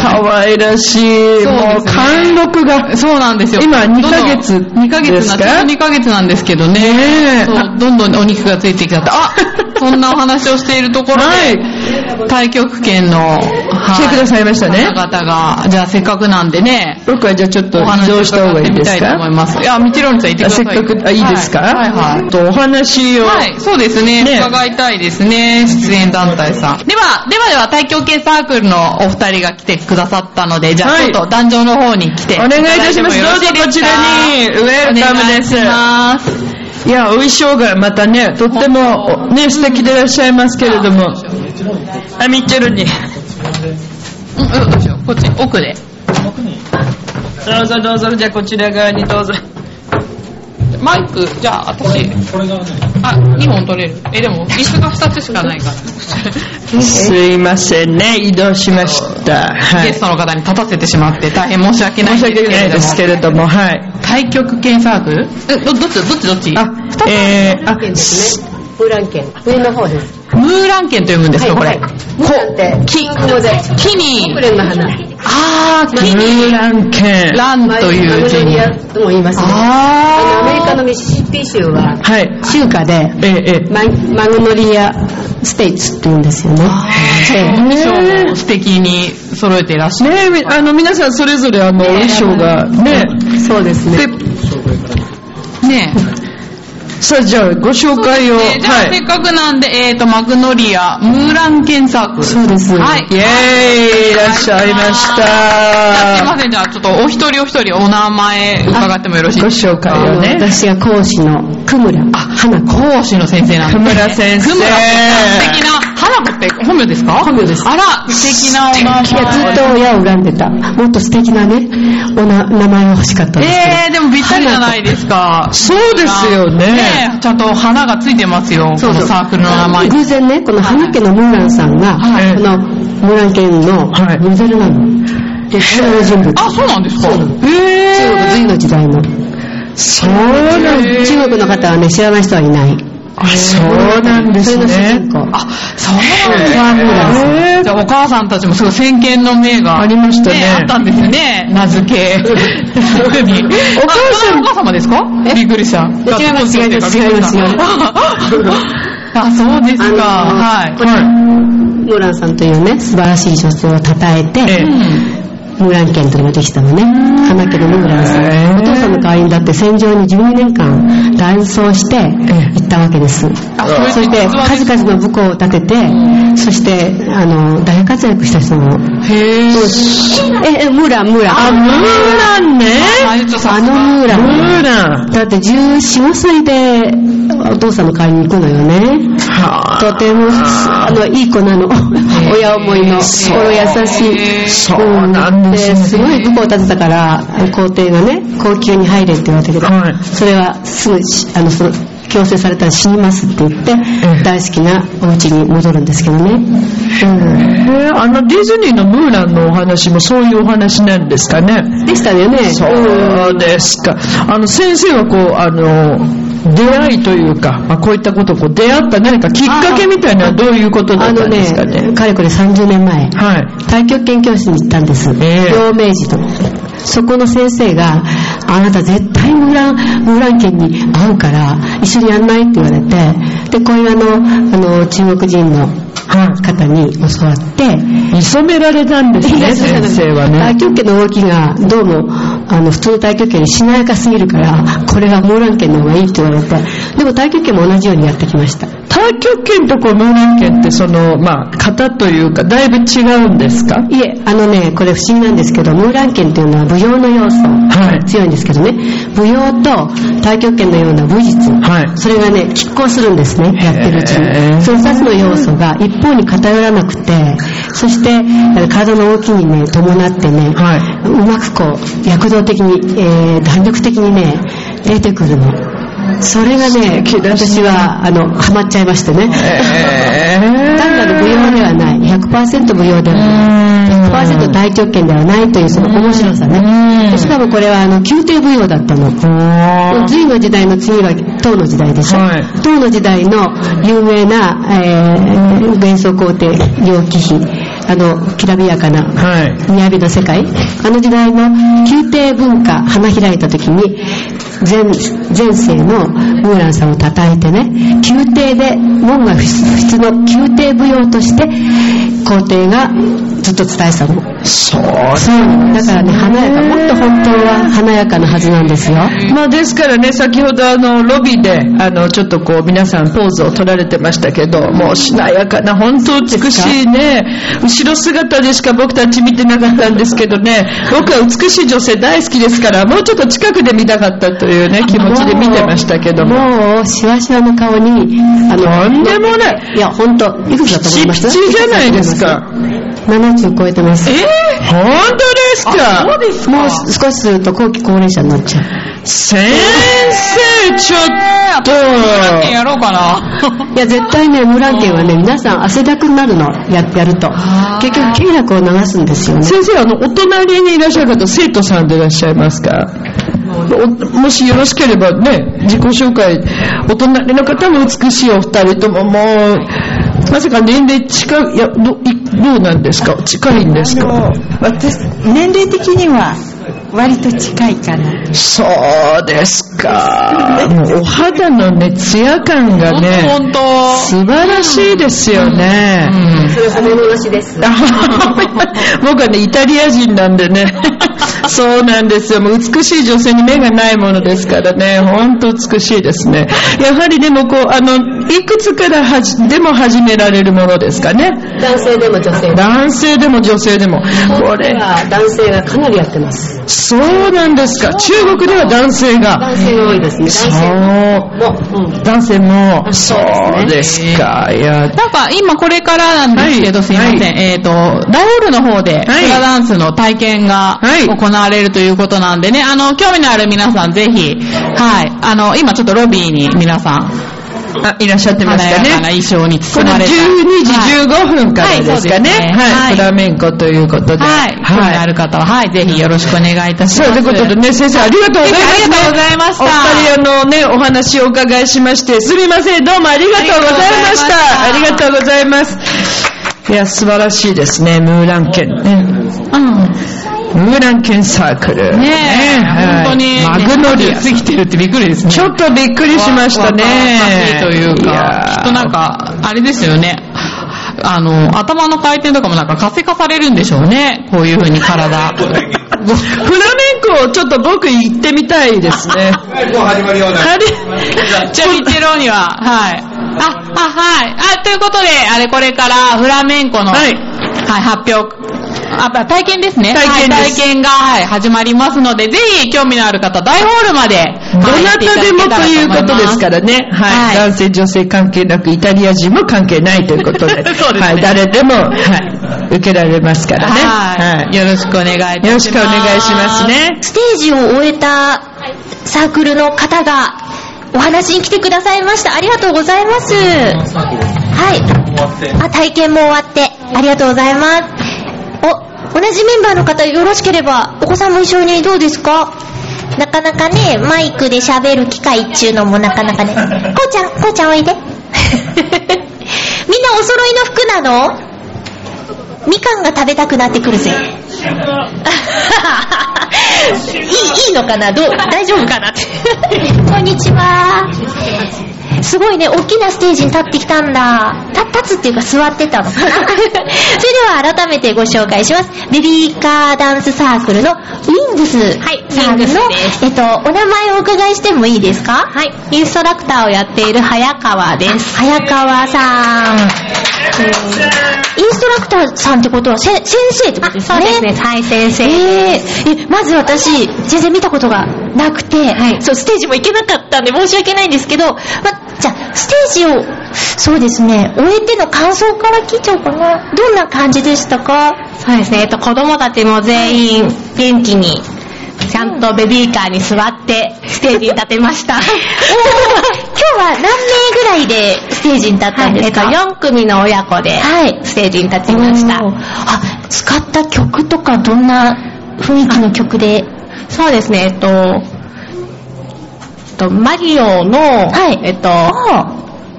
Speaker 5: は、い
Speaker 9: 可愛らしい、
Speaker 5: そう
Speaker 9: も
Speaker 5: で
Speaker 9: う
Speaker 5: すね
Speaker 9: 貫禄が。
Speaker 5: そうなんですよ。
Speaker 9: 今二ヶ月
Speaker 5: どんどん二ヶ
Speaker 9: で
Speaker 5: 月
Speaker 9: す
Speaker 5: な、
Speaker 9: か
Speaker 5: ちょうど2ヶ月なんですけどね。
Speaker 9: ねえ
Speaker 5: そう、どんどんお肉がついてきちゃって、あそんなお話をしているとこ ろで、太極拳の、は
Speaker 9: 来てくださいましたね
Speaker 5: 方々が、じゃあせっかくなんでね、
Speaker 9: 僕はじゃあちょっと
Speaker 5: お
Speaker 9: 移
Speaker 5: 話
Speaker 9: 動した方がいいです
Speaker 5: 伺ってみたいと思い
Speaker 9: か
Speaker 5: ます。いや、みちろんさん行ってくださ
Speaker 9: せ
Speaker 5: い
Speaker 9: っ
Speaker 5: よ。
Speaker 9: かく、あ、いいですか
Speaker 5: はいはい、はい
Speaker 9: と、お話を。
Speaker 5: はい、そうですね
Speaker 9: ね
Speaker 5: 伺いたいですね。出演団体さん。では、ではでは、太極拳サークルのお二人が来てくださったので、じゃあ、
Speaker 9: はい
Speaker 5: ちょっと壇上の方に来て
Speaker 9: お願いいたします。
Speaker 5: い
Speaker 9: ど
Speaker 5: た
Speaker 9: う
Speaker 5: だい
Speaker 9: ぞ
Speaker 5: てもよ
Speaker 9: こ
Speaker 5: ろしい
Speaker 9: ち
Speaker 5: です
Speaker 9: らに、ウェルカムです。
Speaker 5: お願いします
Speaker 9: いや、お衣装がまたね、とっても、ね、素敵でいらっしゃいますけれども。あ、ミッチェルに。
Speaker 5: うん、うんどうしよう。こっち、奥で。
Speaker 9: どうぞどうぞ、じゃあこちら側にどうぞ。
Speaker 11: マイク、じゃあ私、あ、2本取れる。え、でも、椅子が2つしかないから。
Speaker 9: すいませんね、移動しました。はい
Speaker 11: ゲストの方に立たせてしまって大変申し訳ないんですけれども。
Speaker 9: ですけれども、はい。
Speaker 11: 対極拳サークルえ、ど、どっちどっちどっちあ、二つ
Speaker 9: えー、あ、
Speaker 12: ですね。ブーランケン。上の方です。
Speaker 11: ムーランケンと読むんですか、これ。
Speaker 12: ブーランって、木語で。
Speaker 11: 木に。
Speaker 12: ブレンの花。
Speaker 11: あー、木に。
Speaker 9: ランケン。
Speaker 11: ランという字に。
Speaker 12: マグノリアとも言いますね。あの、アメリカのミシシッピ州は、
Speaker 9: はい。
Speaker 12: 中華で、
Speaker 9: えー、え
Speaker 12: ママグノリアステイツって言うんですよね。
Speaker 11: お衣装も素敵に揃えていらっしゃ
Speaker 9: ー、ねえみあの、皆さんそれぞれあの、お衣装がね、
Speaker 12: えそうですね。
Speaker 11: る。ねえ。
Speaker 9: さあじゃあご紹介を、
Speaker 11: ねじゃあ、
Speaker 9: は
Speaker 11: せ
Speaker 9: い
Speaker 11: っ。かくなんで、えーと、マグノリア、ムーランケンサークル。
Speaker 12: そうです
Speaker 11: はい。
Speaker 9: イェーイ、いらっしゃいま
Speaker 11: あ
Speaker 9: し
Speaker 11: すい
Speaker 9: た
Speaker 11: ま。せん、じゃあ、ちょっとお一人お一人お名前伺ってもよろしい
Speaker 9: ご
Speaker 11: です
Speaker 9: 紹介
Speaker 12: あ
Speaker 9: を
Speaker 12: の
Speaker 9: ね。
Speaker 12: 私が講師の久村花子。
Speaker 11: か講師の先生なんで
Speaker 9: 田村先生
Speaker 11: 久村さん素敵な、花子って本名ですか本名です。あら、素敵なお名
Speaker 12: いや、ずっ
Speaker 11: 前。
Speaker 12: と親を恨んでた。もっと素敵なね、おな名前が欲しかったんですけど。
Speaker 11: えー、でもぴったりじゃないですか。
Speaker 9: そうですよね。
Speaker 11: ねえちゃんと花がついてますよ、このサークルの名前に。
Speaker 12: 偶然ね、この花家のムーランさんが、
Speaker 9: はい
Speaker 12: このムーラン県の
Speaker 9: はい
Speaker 12: モデルなの。で、この人物。
Speaker 11: あ、そうなんですか
Speaker 12: そうなの中国隋の時代の。
Speaker 9: そうなんです。
Speaker 12: 中国の方はね、知らない人はいない。
Speaker 9: あ、そうなんです
Speaker 12: それの主
Speaker 9: ね
Speaker 12: 人。公。
Speaker 11: あ、そうなんです
Speaker 12: ムーランさん。
Speaker 9: え
Speaker 11: じゃあお母さんたちもすごい先見の明が、
Speaker 9: ありましたね
Speaker 11: あったんですよね。名付 け。特に。お母さん。お 母様ですかびっくりした。
Speaker 12: いや違います違います違います
Speaker 11: びっくりした あ、そうですか。
Speaker 12: あ
Speaker 11: は
Speaker 12: のムーランさんというね、素晴らしい女性を称えて、
Speaker 11: い。うん
Speaker 12: ムーラン県というのができたのね。花家のムーランさん。お父さんの代わりにだって戦場に12年間断走して行ったわけです。
Speaker 11: そういう
Speaker 12: そして
Speaker 11: 実話です
Speaker 12: 数々の武功を立てて、そして、あの、大活躍した人も。
Speaker 11: へぇ
Speaker 12: え、えムーラン、ムーラン。あ、ムーランね
Speaker 11: あちょっとさ
Speaker 12: あのムーラン。
Speaker 9: ーラン。
Speaker 12: だって14、15歳でお父さんの代わりに行くのよね。
Speaker 9: は
Speaker 12: とても、あの、いい子なの。親思いの、心優しい。そうなんです、すごい武功を立てたから、皇帝がね、高級に入れって言われたけど、
Speaker 9: はい
Speaker 12: それはすぐし、あの、その、強制されたら死にますって言って、大好きなお家に戻るんですけどね。うん
Speaker 9: えーあのディズニーのムーランのお話もそういうお話なんですかね。
Speaker 12: でしたよね。
Speaker 9: そうですか。あの先生はこう、あの、出会いというか、まあ、こういったことをこう出会った何かきっかけみたいなのはどういうことだ
Speaker 12: あ
Speaker 9: った
Speaker 12: の
Speaker 9: んで
Speaker 12: ね
Speaker 9: すかね。、
Speaker 12: かれこれ30年前。
Speaker 9: はい。
Speaker 12: 太極拳教室に行ったんです。
Speaker 9: ええ
Speaker 12: 陽明寺と。そこの先生が、あなた絶対ムーラン、ムーラン県に会うから、一緒にやんないって言われて、で、こういうあの、あの、中国人の方に教わって、
Speaker 9: 見染められたんですね、先生はね
Speaker 12: 太。極拳の動きがどうもあの普通の太極拳よりしなやかすぎるからこれはモーラン拳の方がいいって言われてでも太極拳も同じようにやってきました
Speaker 9: 太極拳とこうムーラン拳ってその、まあ、型というか、だいぶ違うんですか
Speaker 12: いえ、あのね、これ不思議なんですけど、ムーラン拳というのは舞踊の要素、
Speaker 9: はい
Speaker 12: 強いんですけどね、舞踊と太極拳のような武術、
Speaker 9: はい
Speaker 12: それがね、拮抗するんですね、やってるうち
Speaker 9: へー
Speaker 12: に。その2つの要素が一方に偏らなくて、そして体の動きにね、伴ってね、
Speaker 9: はいう
Speaker 12: まくこう、躍動的に、えー弾力的にね、出てくるの。それがね、私は、あの、ハマっちゃいましてね。単なる舞踊ではない100%舞踊ではない100%大極拳ではないというその面白さねでしかもこれはあの宮廷舞踊だったの隋の時代の次は唐の時代でしょ、
Speaker 9: はい
Speaker 12: 唐の時代の有名な、えー、元素皇帝楊貴妃あのきらびやかな
Speaker 9: はい。
Speaker 12: 雅の世界あの時代の宮廷文化花開いた時に前前世のムーランさんを称えてね宮廷で門が不出の宮廷舞踊として皇帝がずっと伝えてたの
Speaker 9: そう
Speaker 12: だからね華やかもっと本当は華やかなはずなんですよ
Speaker 9: まあですからね、先ほどあの、ロビーで、あの、ちょっとこう、皆さんポーズを取られてましたけど、もうしなやかな、本当美しいね、後ろ姿でしか僕たち見てなかったんですけどね、僕は美しい女性大好きですから、もうちょっと近くで見たかったというね、気持ちで見てましたけども。
Speaker 12: もうシワシワの顔にあの
Speaker 9: とんでもない
Speaker 12: いや本当いくつだと思います
Speaker 9: ちっちゃいじゃないですか。
Speaker 12: 70超えてます。
Speaker 9: えー、本当ですか
Speaker 12: そうですもう少しすると後期高齢者になっちゃう。
Speaker 9: 先生、ちょっと。
Speaker 12: やろうかな。いや、絶対ね、ムランケンはね、皆さん汗だくになるの、ややると。結局、経絡を流すんですよね。
Speaker 9: 先生、あの、お隣にいらっしゃる方、生徒さんでいらっしゃいますかおもしよろしければね、自己紹介、お隣の方も美しいお二人とも、もう、まさか年齢近い、いや、ど、いどうなんですか近いんですか
Speaker 13: 私、年齢的には割と近いかな。
Speaker 9: そうですか。もうお肌のね、ツヤ感がね、
Speaker 13: 本当
Speaker 9: 素晴らしいですよね。
Speaker 13: それ褒め殺しです。
Speaker 9: 僕はね、イタリア人なん でね。そうなんですよ。もう美しい女性に目がないものですからね、ほんと美しいですね。やはりでもこう、あの、いくつからはじでも始められるものですかね。
Speaker 13: 男性でも女性でも。
Speaker 9: 男性でも女性でも。これ。
Speaker 13: 男性がかなりやってます。
Speaker 9: そうなんですか。中国では男性が。
Speaker 13: 男性が多いですね。
Speaker 9: そ
Speaker 13: 男性
Speaker 9: う。男性も。そうですか。いや、
Speaker 11: なんか今これからなんですけど、すいません。えっ、と、大ホールの方で、フラダンスの体験が行われるということなんでね、あの、興味のある皆さんぜひ、はい、あの、今ちょっとロビーに皆さん、
Speaker 9: あいらっしゃってました
Speaker 11: 華
Speaker 9: ね
Speaker 11: やかな衣装に
Speaker 9: こ
Speaker 11: 包
Speaker 9: れ
Speaker 11: ま
Speaker 9: 12
Speaker 11: れた。
Speaker 9: 時15分から
Speaker 11: はい
Speaker 9: ですかね。
Speaker 11: はいそうですね
Speaker 9: は。
Speaker 11: はいい
Speaker 9: フラメンコということで。はい。
Speaker 11: 興味のある方は、はい、ぜひよろしくお願いいたします。
Speaker 9: そういうことでね、先生ありがとうございます、
Speaker 11: ありがとうございました
Speaker 9: お二人あのね、お話をお伺いしまして、すみません、どうもありがとうございました。ありがとうございます。いや、素晴らしいですね、ムーラン県ね。ムーラン県サークル。ね
Speaker 11: 本当に
Speaker 9: はいマグノリア。
Speaker 11: 過ぎてるってびっくりですね。
Speaker 9: ちょっとびっくりしましたね
Speaker 11: わわわというか、きっとなんか、あれですよね。あの、頭の回転とかもなんか活性化されるんでしょうね。こういう風に体。
Speaker 9: フラメンコをちょっと僕行ってみたいですね。
Speaker 11: もう始まるような
Speaker 9: あれ
Speaker 11: じゃあ、ミッチェローニは、はい。あ、あ、はい。あ、ということで、あれ、これから、フラメンコの、はい、発表、あ、あ体験ですね。
Speaker 9: 体験です
Speaker 11: はい、体験が、はい、始まりますので、ぜひ、興味のある方、大ホールまで、
Speaker 9: ど
Speaker 11: はい
Speaker 9: なたでもということですからね。はい。男性、女性関係なく、イタリア人も関係ないということで。
Speaker 11: そうですね
Speaker 9: はい。誰でも、はい。受けられますからね。。
Speaker 11: はい
Speaker 9: よろしくお願いいたします。よろしくお願いしますね。
Speaker 1: ステージを終えたサークルの方がお話に来てくださいました。ありがとうございます。はい。あ、体験も終わって、ありがとうございます。お、同じメンバーの方よろしければ、お子さんも一緒にどうですかなかなかね、マイクで喋る機会っていうのもなかなかね。こうちゃん、こうちゃんおいで。みんなお揃いの服なのみかんが食べたくなってくるぜ。いいいいのかなどう大丈夫かなって こんにちはすごいね大きなステージに立ってきたんだた立つっていうか座ってたのかな それでは改めてご紹介しますベビーカーダンスサークルのウィングスさんの、えっと、お名前をお伺いしてもいいですかはいインストラクターをやっている早川です早川さんインストラクターさんってことはせ先生ってことですね。そうですね。はい、先生。えーえまず私、全然見たことがなくて、そう、ステージも行けなかったんで申し訳ないんですけど、ま、じゃあ、ステージを、そうですね、終えての感想から聞いちゃおうかな。どんな感じでしたか
Speaker 14: そうですね、えっと、子供たちも全員元気に、ちゃんとベビーカーに座って、ステージに立てま した。
Speaker 1: 今日は何名ぐらいでステージに立ったんですか、
Speaker 14: はいえっと、4組の親子で、ステージに立ちました。
Speaker 1: あ、使った曲とかどんな雰囲気の曲で
Speaker 14: そうですね、えっと、えっと、マリオの、えっと、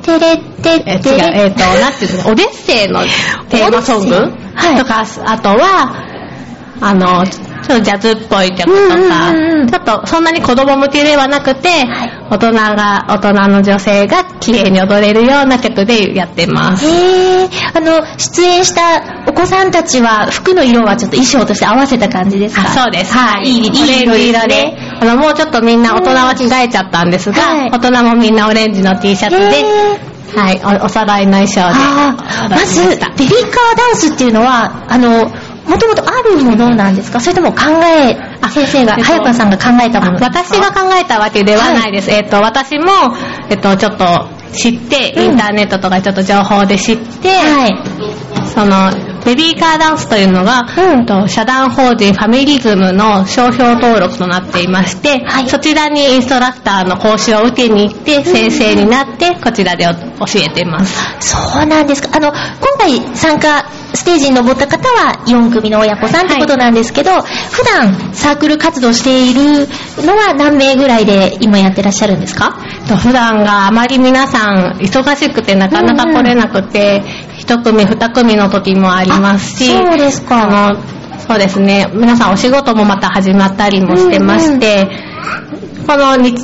Speaker 1: テレテ
Speaker 14: え違う、えっ と、なんていうの、オデッセイのテーマソングとか、あとは、あの、ちょっとジャズっぽい曲とか、ちょっとそんなに子供向けではなくて、大人が、大人の女性が綺麗に踊れるような曲でやってます。
Speaker 1: へえ、あの、出演したお子さんたちは、服の色はちょっと衣装として合わせた感じですか
Speaker 14: そうです。はい。
Speaker 1: いいです
Speaker 14: オ
Speaker 1: ね
Speaker 14: レンジ色で。あの、もうちょっとみんな大人は着替えちゃったんですが、大人もみんなオレンジの T シャツで、はい、おおさらいの衣装で。
Speaker 1: まず、ベビーカーダンスっていうのは、あの、もともとあるものなんですかそれとも考え、先生が、
Speaker 14: えっと
Speaker 1: 早川さんが考えたものですか
Speaker 14: 私が考えたわけではないです。えっ、と、私も、えっ、と、ちょっと知って、インターネットとかちょっと情報で知って、その、ベビーカーダンスというのが、えっと社団法人ファミリズムの商標登録となっていまして、そちらにインストラクターの講習を受けに行って、先生になって、こちらでお教えています。
Speaker 1: そうなんですか。あの、今回参加、ステージに登った方は4組の親子さんってことなんですけど、普段サークル活動しているのは何名ぐらいで今やってらっしゃるんですか
Speaker 14: と普段があまり皆さん忙しくてなかなか来れなくて、一組二組の時もありますしそうですかのそうですね皆さんお仕事もまた始まったりもしてまして、この日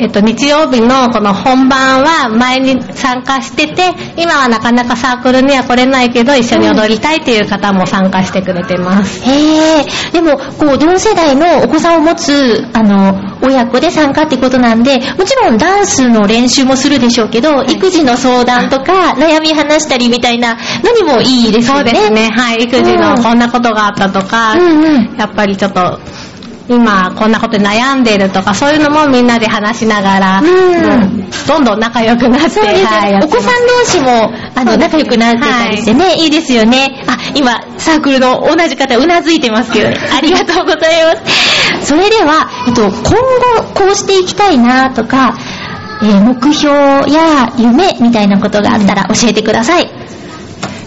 Speaker 14: えっと、日曜日のこの本番は前に参加してて今はなかなかサークルには来れないけど一緒に踊りたいという方も参加してくれてます、
Speaker 1: へえ、でも、こう、同世代のお子さんを持つ、あの、親子で参加ってことなんで、もちろんダンスの練習もするでしょうけど、育児の相談とか、悩み話したりみたいなのにもいいですよ
Speaker 14: そ
Speaker 1: ね。
Speaker 14: うですね、はい、育児のこんなことがあったとか、やっぱりちょっと、今こんなことで悩んでるとか、そういうのもみんなで話しながら、うんどんどん仲良くなって、
Speaker 1: そうですね
Speaker 14: はい、
Speaker 1: お子さん同士もあの仲良くなってたりしてね、い、いですよね。あ、今、サークルの同じ方、うなずいてますけどね。ありがとうございます。それでは、えっと、今後、こうしていきたいなとか、えー目標や夢みたいなことがあったら教えてください。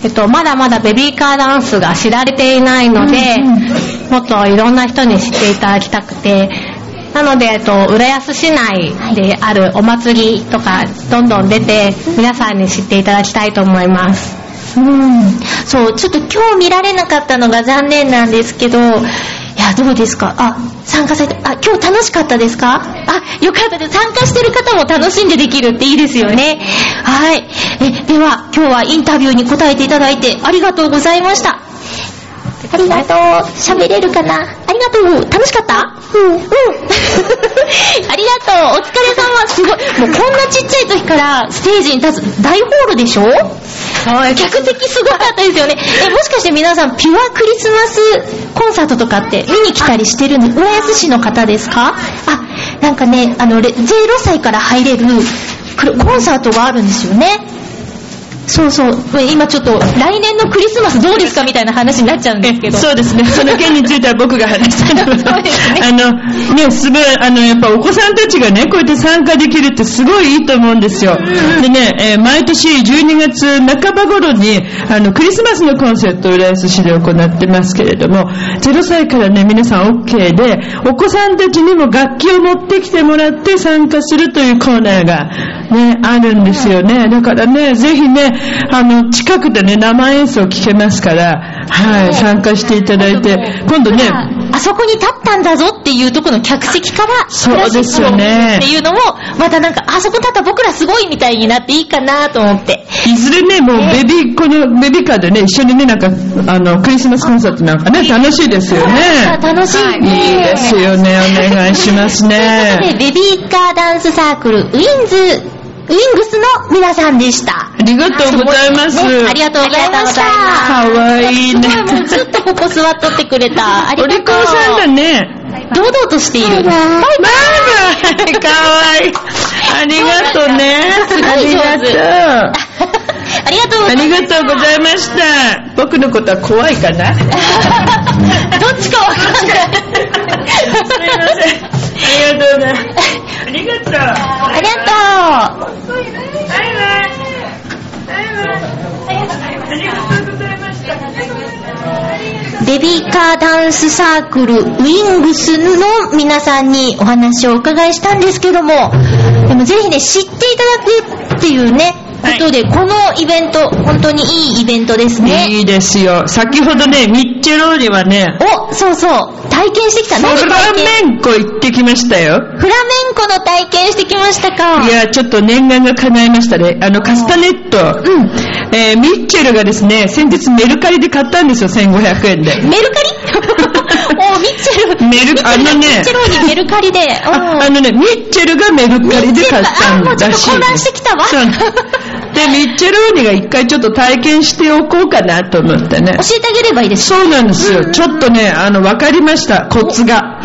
Speaker 14: えっと、まだまだベビーカーダンスが知られていないので、もっといろんな人に知っていただきたくて、なので、えっと、浦安市内であるお祭りとか、どんどん出て、皆さんに知っていただきたいと思います。
Speaker 1: うん、そう、ちょっと今日見られなかったのが残念なんですけど、いや、どうですかあ、参加されて、あ、今日楽しかったですかあ、よかったです。参加してる方も楽しんでできるっていいですよね。はい。え、では、今日はインタビューに答えていただいてありがとうございました。ありがとう。喋れるかなありがとう。楽しかったうん。うん。 ありがとう。お疲れ様。すごい。もうこんなちっちゃい時からステージに立つ大ホールでしょ客席すごかったですよね。え、もしかして皆さん、ピュアクリスマスコンサートとかって見に来たりしてるんで、浦安市の方ですかあ、なんかね、あの、れ0歳から入れるクルコンサートがあるんですよね。そうそう。今ちょっと、来年のクリスマスどうですかみたいな話になっちゃうんですけど。
Speaker 9: そうですね。その件については僕が話したのあの、ね、すごい、あの、やっぱお子さんたちがね、こうやって参加できるってすごいいいと思うんですよ。でね、えー毎年12月半ば頃に、あの、クリスマスのコンサートを浦安市で行ってますけれども、0歳からね、皆さん OK で、お子さんたちにも楽器を持ってきてもらって参加するというコーナーが、ね、あるんですよね。だからね、ぜひね、あの、近くでね、生演奏聞けますから、はい、参加していただいて、今度ね、
Speaker 1: あそこに立ったんだぞっていうところの客席から、
Speaker 9: そうですよね
Speaker 1: っていうのも、またなんか、あそこ立った僕らすごいみたいになっていいかなと思って。
Speaker 9: いずれね、もうベビー、このベビーカーでね、一緒にね、なんか、あの、クリスマスコンサートなんかね、楽しいですよね。
Speaker 1: 楽しいね
Speaker 9: いいですよね、お願いしますね。
Speaker 1: で、ベビーカーダンスサークル、ウィンズ、ウィングスの皆さんでした。
Speaker 9: ありがとうございます
Speaker 1: ねありがとうございました。
Speaker 9: かわいいね。
Speaker 1: すごい、もうずっとここ座っとってくれた。ありがと
Speaker 9: お
Speaker 1: う。
Speaker 9: 利口さんだね。
Speaker 1: 堂々としている。バイバ
Speaker 9: イ。バイバイ。かわいい。ありがとうね。
Speaker 1: そうなんだ
Speaker 9: ありが
Speaker 1: すごい上手
Speaker 9: とう。
Speaker 1: ありがとうござ
Speaker 9: あ
Speaker 1: います。
Speaker 9: りがとうございました。僕のことは怖いかなどっ
Speaker 1: ちかわかんない。
Speaker 9: すいません。ありがとうね。ありがとう。あ
Speaker 1: りがとう。ベビーカーダンスサークルウィングスの皆さんにお話をお伺いしたんですけども、でもぜひね、知っていただくっていうね、ことで、このイベント、本当にいいイベントですね。
Speaker 9: いいですよ。先ほどね、ミッチェローニはね、
Speaker 1: お、そうそう、体験してきた。
Speaker 9: フラ
Speaker 1: 何体験
Speaker 9: メンコ行ってきましたよ。
Speaker 1: フラメンコの体験してきましたか
Speaker 9: いや、ちょっと念願が叶いましたね。あの、カスタネット。えーミッチェルがですね、先日メルカリで買ったんですよ、1500円で。
Speaker 1: メル カリおミッチェル。
Speaker 9: メル、あのね、
Speaker 1: ミッチェローにメルカ リで。
Speaker 9: ああのね、ミッチェルがメルカリで買ったんだしいで す。
Speaker 1: 混乱してきたわ。
Speaker 9: そうで、で、ミッチェローニが一回ちょっと体験しておこうかなと思ってね。教
Speaker 1: えてあげればいいです
Speaker 9: そうなんですよ。ちょっとね、あの、わかりました、コツが。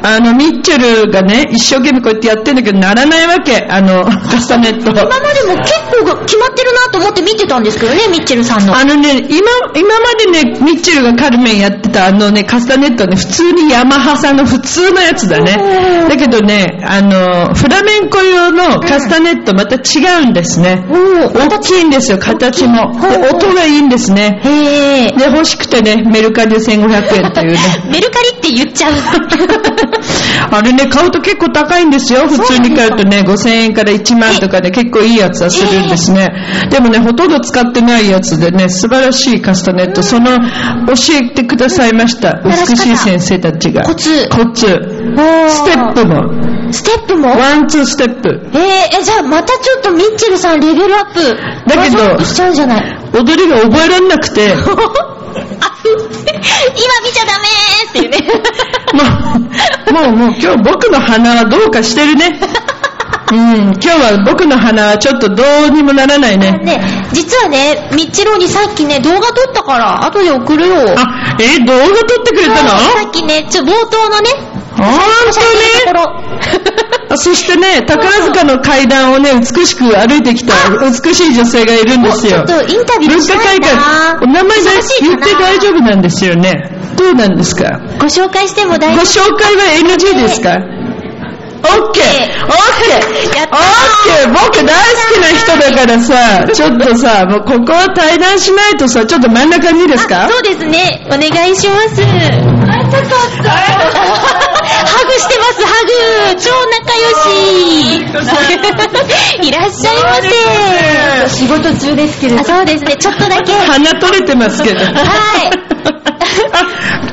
Speaker 9: あの、ミッチェルがね、一生懸命こうやってやってんだけど、ならないわけ。あの、カスタネット。今ま
Speaker 1: でも結構決まってるなと思って見てたんですけどね、ミッチェルさんの。
Speaker 9: あのね、今、今までね、ミッチェルがカルメンやってたあのね、カスタネットね、普通にヤマハさんの普通のやつだね。だけどね、あの、フラメンコ用のカスタネットまた違うんですね。大きいんですよ、形も。で、音がいいんですね。で、欲しくてね、メルカリで1500円というね。
Speaker 1: メルカリって言っち ゃう。
Speaker 9: あれね、買うと結構高いんですよ。普通に買うとね、5000円から1万とかで結構いいやつはするんですね。でもね、ほとんど使ってないやつでね、素晴らしいカスタネット、その、教えてくださいました。美しい先生たちが。コ
Speaker 1: ツ。
Speaker 9: コツ。ステップも。
Speaker 1: ステップも
Speaker 9: ワン、ツー、ステップ。
Speaker 1: えー、え、じゃあまたちょっとミッチェルさんレベルアップ。
Speaker 9: だけど、
Speaker 1: しちゃうじゃ ない。
Speaker 9: 踊りが覚えられなく て、
Speaker 1: 今見ちゃダメーっていうね。
Speaker 9: もう、もう今日僕の鼻はどうかしてる ね。うん、今日は僕の鼻はちょっとどうにもならないね。
Speaker 1: ね、実はね、ミッチェローにさっきね、動画撮ったから、後で送るよ。
Speaker 9: あ、え、動画撮ってくれたの
Speaker 1: さっきね、ちょ、冒頭のね、
Speaker 9: 本当ねそしてね、宝塚の階段をね、美しく歩いてきた美しい女性がいるんですよ。
Speaker 1: おちょっとインタビューしたいな
Speaker 9: 文化会館、お名前だ言って大丈夫なんですよね。どうなんですか
Speaker 1: ご紹介しても大丈夫
Speaker 9: ご紹介は NG ですか ?OK! OK!
Speaker 1: やった
Speaker 9: OK! 僕大好きな人だからさ、ちょっとさ、もうここは対談しないとさ、ちょっと真ん中にいいですか
Speaker 1: そうですね、お願いします。あ、ちょっと、 ハグしてます、ハグ超仲 良しいらっしゃいませ仕事中ですけれどそうですね、ちょっとだけ。
Speaker 9: 鼻取れてま すけ
Speaker 1: は
Speaker 9: ど。
Speaker 1: い。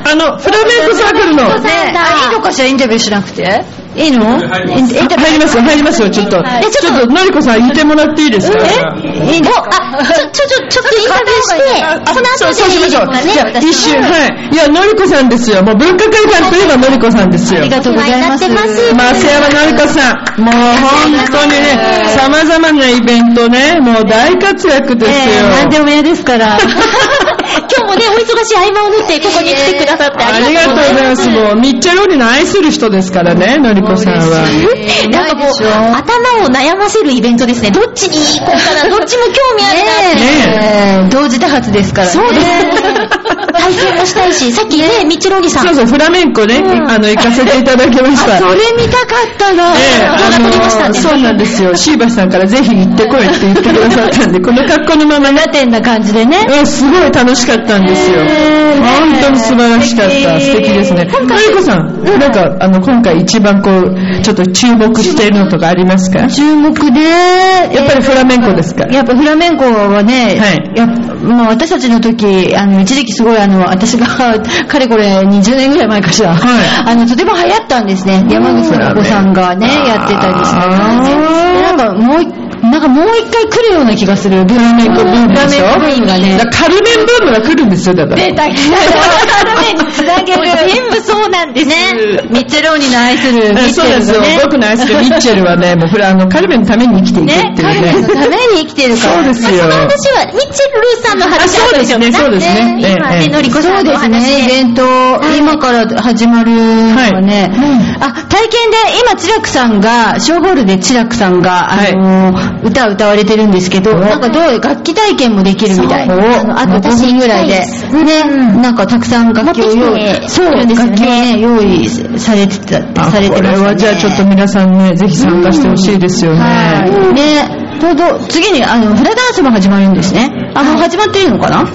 Speaker 9: あの、フラメンコサークルの。
Speaker 15: いいのかしら、インタビューしなくて。いいのインタインタビュー
Speaker 9: 入りますよ、入りますよ、ちょっと。
Speaker 15: えち
Speaker 9: ち
Speaker 15: ょっ
Speaker 9: ょっと、のりこさん、いてもらっていいですか
Speaker 1: えいいんですかあ、ちょ、ちょ、ちょ、ちょっとインタビューして、その
Speaker 9: そう
Speaker 1: 後
Speaker 9: そうしましょう。
Speaker 1: でいいです
Speaker 9: じゃ
Speaker 1: か
Speaker 9: あ、
Speaker 1: ね、
Speaker 9: 一瞬、はい。いや、のりこさんですよ。もう文化会館といえばのりこさんですよ。ありが
Speaker 1: とうございますお世話になってます
Speaker 9: 増山のりこさん。もう本当にね、様々なイベントね、もう大活躍ですよ。
Speaker 15: 何でも嫌ですから。
Speaker 1: 今日もね、お忙しい合間を縫って、ここに来てくださって
Speaker 9: ありがとうございます。もう、ミッチェローニの愛する人ですからね、のりこさんは。
Speaker 1: なんかもう、頭を悩ませるイベントですね。どっちに行こうかな、どっちも興味あるなっていう。
Speaker 15: 同時多発ですからね。
Speaker 1: そうですね。体験もしたいし、さっきね、みちろぎさん。
Speaker 9: そうそう、フラメンコね、あの、行かせていただきました。
Speaker 1: あそれ見たかったな
Speaker 9: ええ
Speaker 1: 動画撮りましたね
Speaker 9: あのそうなんですよ。椎葉さんからぜひ行ってこいって言ってくださ ったんで、この格好のまま。ラ
Speaker 15: テンな感じでね。
Speaker 9: うん、すごい楽しかったんですよ。本当に素晴らしかった。素敵ですね。のりこさん、なんか、あの、今回一番こう、ちょっと注目しているのとかありますか
Speaker 15: 注目で、や
Speaker 9: っぱりフラメンコですか
Speaker 15: やっぱフラメンコはね、やっぱもう私たちの時、あの、一時期すごいあの、私が、かれこれ20年ぐらい前かしら、あの、とても流行ったんですね。山口の子さんがね、やってたりして、でなんかもう一、なんかもう一回来るような気がする、フラメンコブームでしょ。
Speaker 9: フラメンコブームがねカルメンブームが来るんですよ、だから。
Speaker 15: 出 た来たカルメンにつなげる。全部そうなんですね。ミッチェローニの愛するミッチ
Speaker 9: そう
Speaker 15: ェ
Speaker 9: な
Speaker 15: ル
Speaker 9: んです
Speaker 15: が
Speaker 9: よ
Speaker 15: ね。。
Speaker 9: 僕の愛するミッチェルはね、もうフラ、あの、カルメンのために生きていくっていう
Speaker 15: 彼
Speaker 9: ね。
Speaker 15: のために生きてるから。
Speaker 9: そうですよ
Speaker 15: まあその
Speaker 1: 私は、ミッチェルさんの話
Speaker 15: あ
Speaker 1: だ
Speaker 15: そ
Speaker 1: っ
Speaker 15: うで
Speaker 1: たでし
Speaker 15: す
Speaker 1: ょ
Speaker 15: ね
Speaker 9: そうですねええ
Speaker 1: 今ね、のりこさんのお
Speaker 15: そうです
Speaker 1: 話
Speaker 15: ね、イベント、今から始まるのがね、あ、体験で、今、チラクさんが、ショーホールでチラクさんが、あのー歌を歌われてるんですけど、なんかどう、楽器体験もできるみたい。あのあと5分ぐらいで、ね、なんかたくさん楽器を用意、そう、楽器をね、用意されてたって、され
Speaker 9: こ
Speaker 15: てま
Speaker 9: れ
Speaker 15: した
Speaker 9: は
Speaker 15: ね
Speaker 9: じゃあちょっと皆さんね、ぜひ参加してほしいですよね。
Speaker 15: で、ちょうど次にあのフラダンスも始まるんですね。あ、もう始まっているのかなもう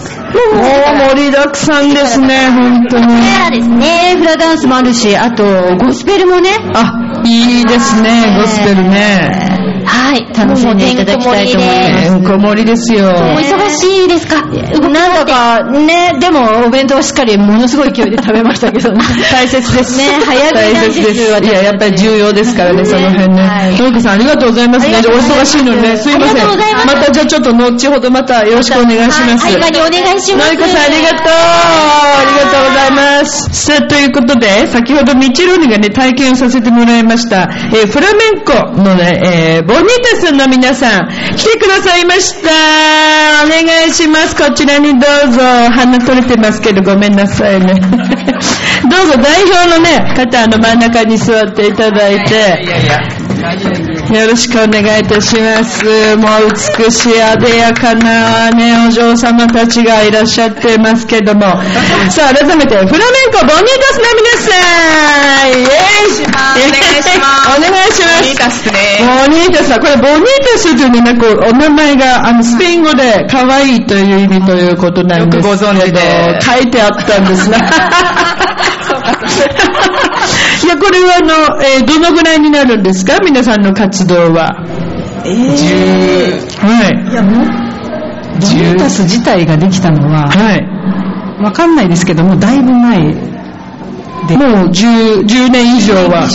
Speaker 9: 盛りだくさんですね、本当に。
Speaker 1: です
Speaker 15: ね。フラダンスもあるし、あとゴスペルもね。
Speaker 9: あ、いいですね、ゴスペルね。
Speaker 1: はい、
Speaker 15: 楽しんでいただきたいと思います。
Speaker 9: うん、こもりですよ。
Speaker 1: 忙しいですか
Speaker 15: なんだかね、でもお弁当をしっかりものすごい勢いで食べましたけ どね。
Speaker 9: 大切です。
Speaker 15: ね、早食い
Speaker 9: 大
Speaker 15: なんで
Speaker 9: 切ですす。
Speaker 15: よ。
Speaker 9: いや、やっぱり重要ですからね、その辺ね。トリコさん、ありがとうございますね。お
Speaker 15: ありがとうござい
Speaker 9: 忙
Speaker 15: ます
Speaker 9: しいのにね、すいません。
Speaker 15: ありがとうございます
Speaker 9: たじゃあちょっと後ほどまたよろしくお願いします。
Speaker 1: はい合間にお願いします
Speaker 9: のりこさん、ありがとうありがとうございます。さあ、ということで、先ほどミッチェローニがね、体験をさせてもらいました、えーフラメンコのね、えーボーオニタスの皆さん、来てくださいました。お願いします。こちらにどうぞ。鼻取れてますけど、ごめんなさいね。ど うぞ、代表のね、方、あの真ん中に座っていただいて。よろしくお願いいたします。もう美しい艶やかなね、お嬢様たちがいらっしゃってますけ ども。さあ、改めて、フラメンコボニータスの皆さんイエーイお願いします。お願いします。ボニータスボニータスだこれボニータスというね、なんかお名前が、あの、スペイン語で可愛いという意味ということなんですけど。書いてあったんですね。いや、これはあの、えーどのぐらいになるんですか皆さんの活動は。
Speaker 13: えー、
Speaker 9: はい。
Speaker 13: いや、もう、ボニータス自体ができたのは、わかんないですけども、だいぶ前で。
Speaker 9: もう 10, 10年以上は。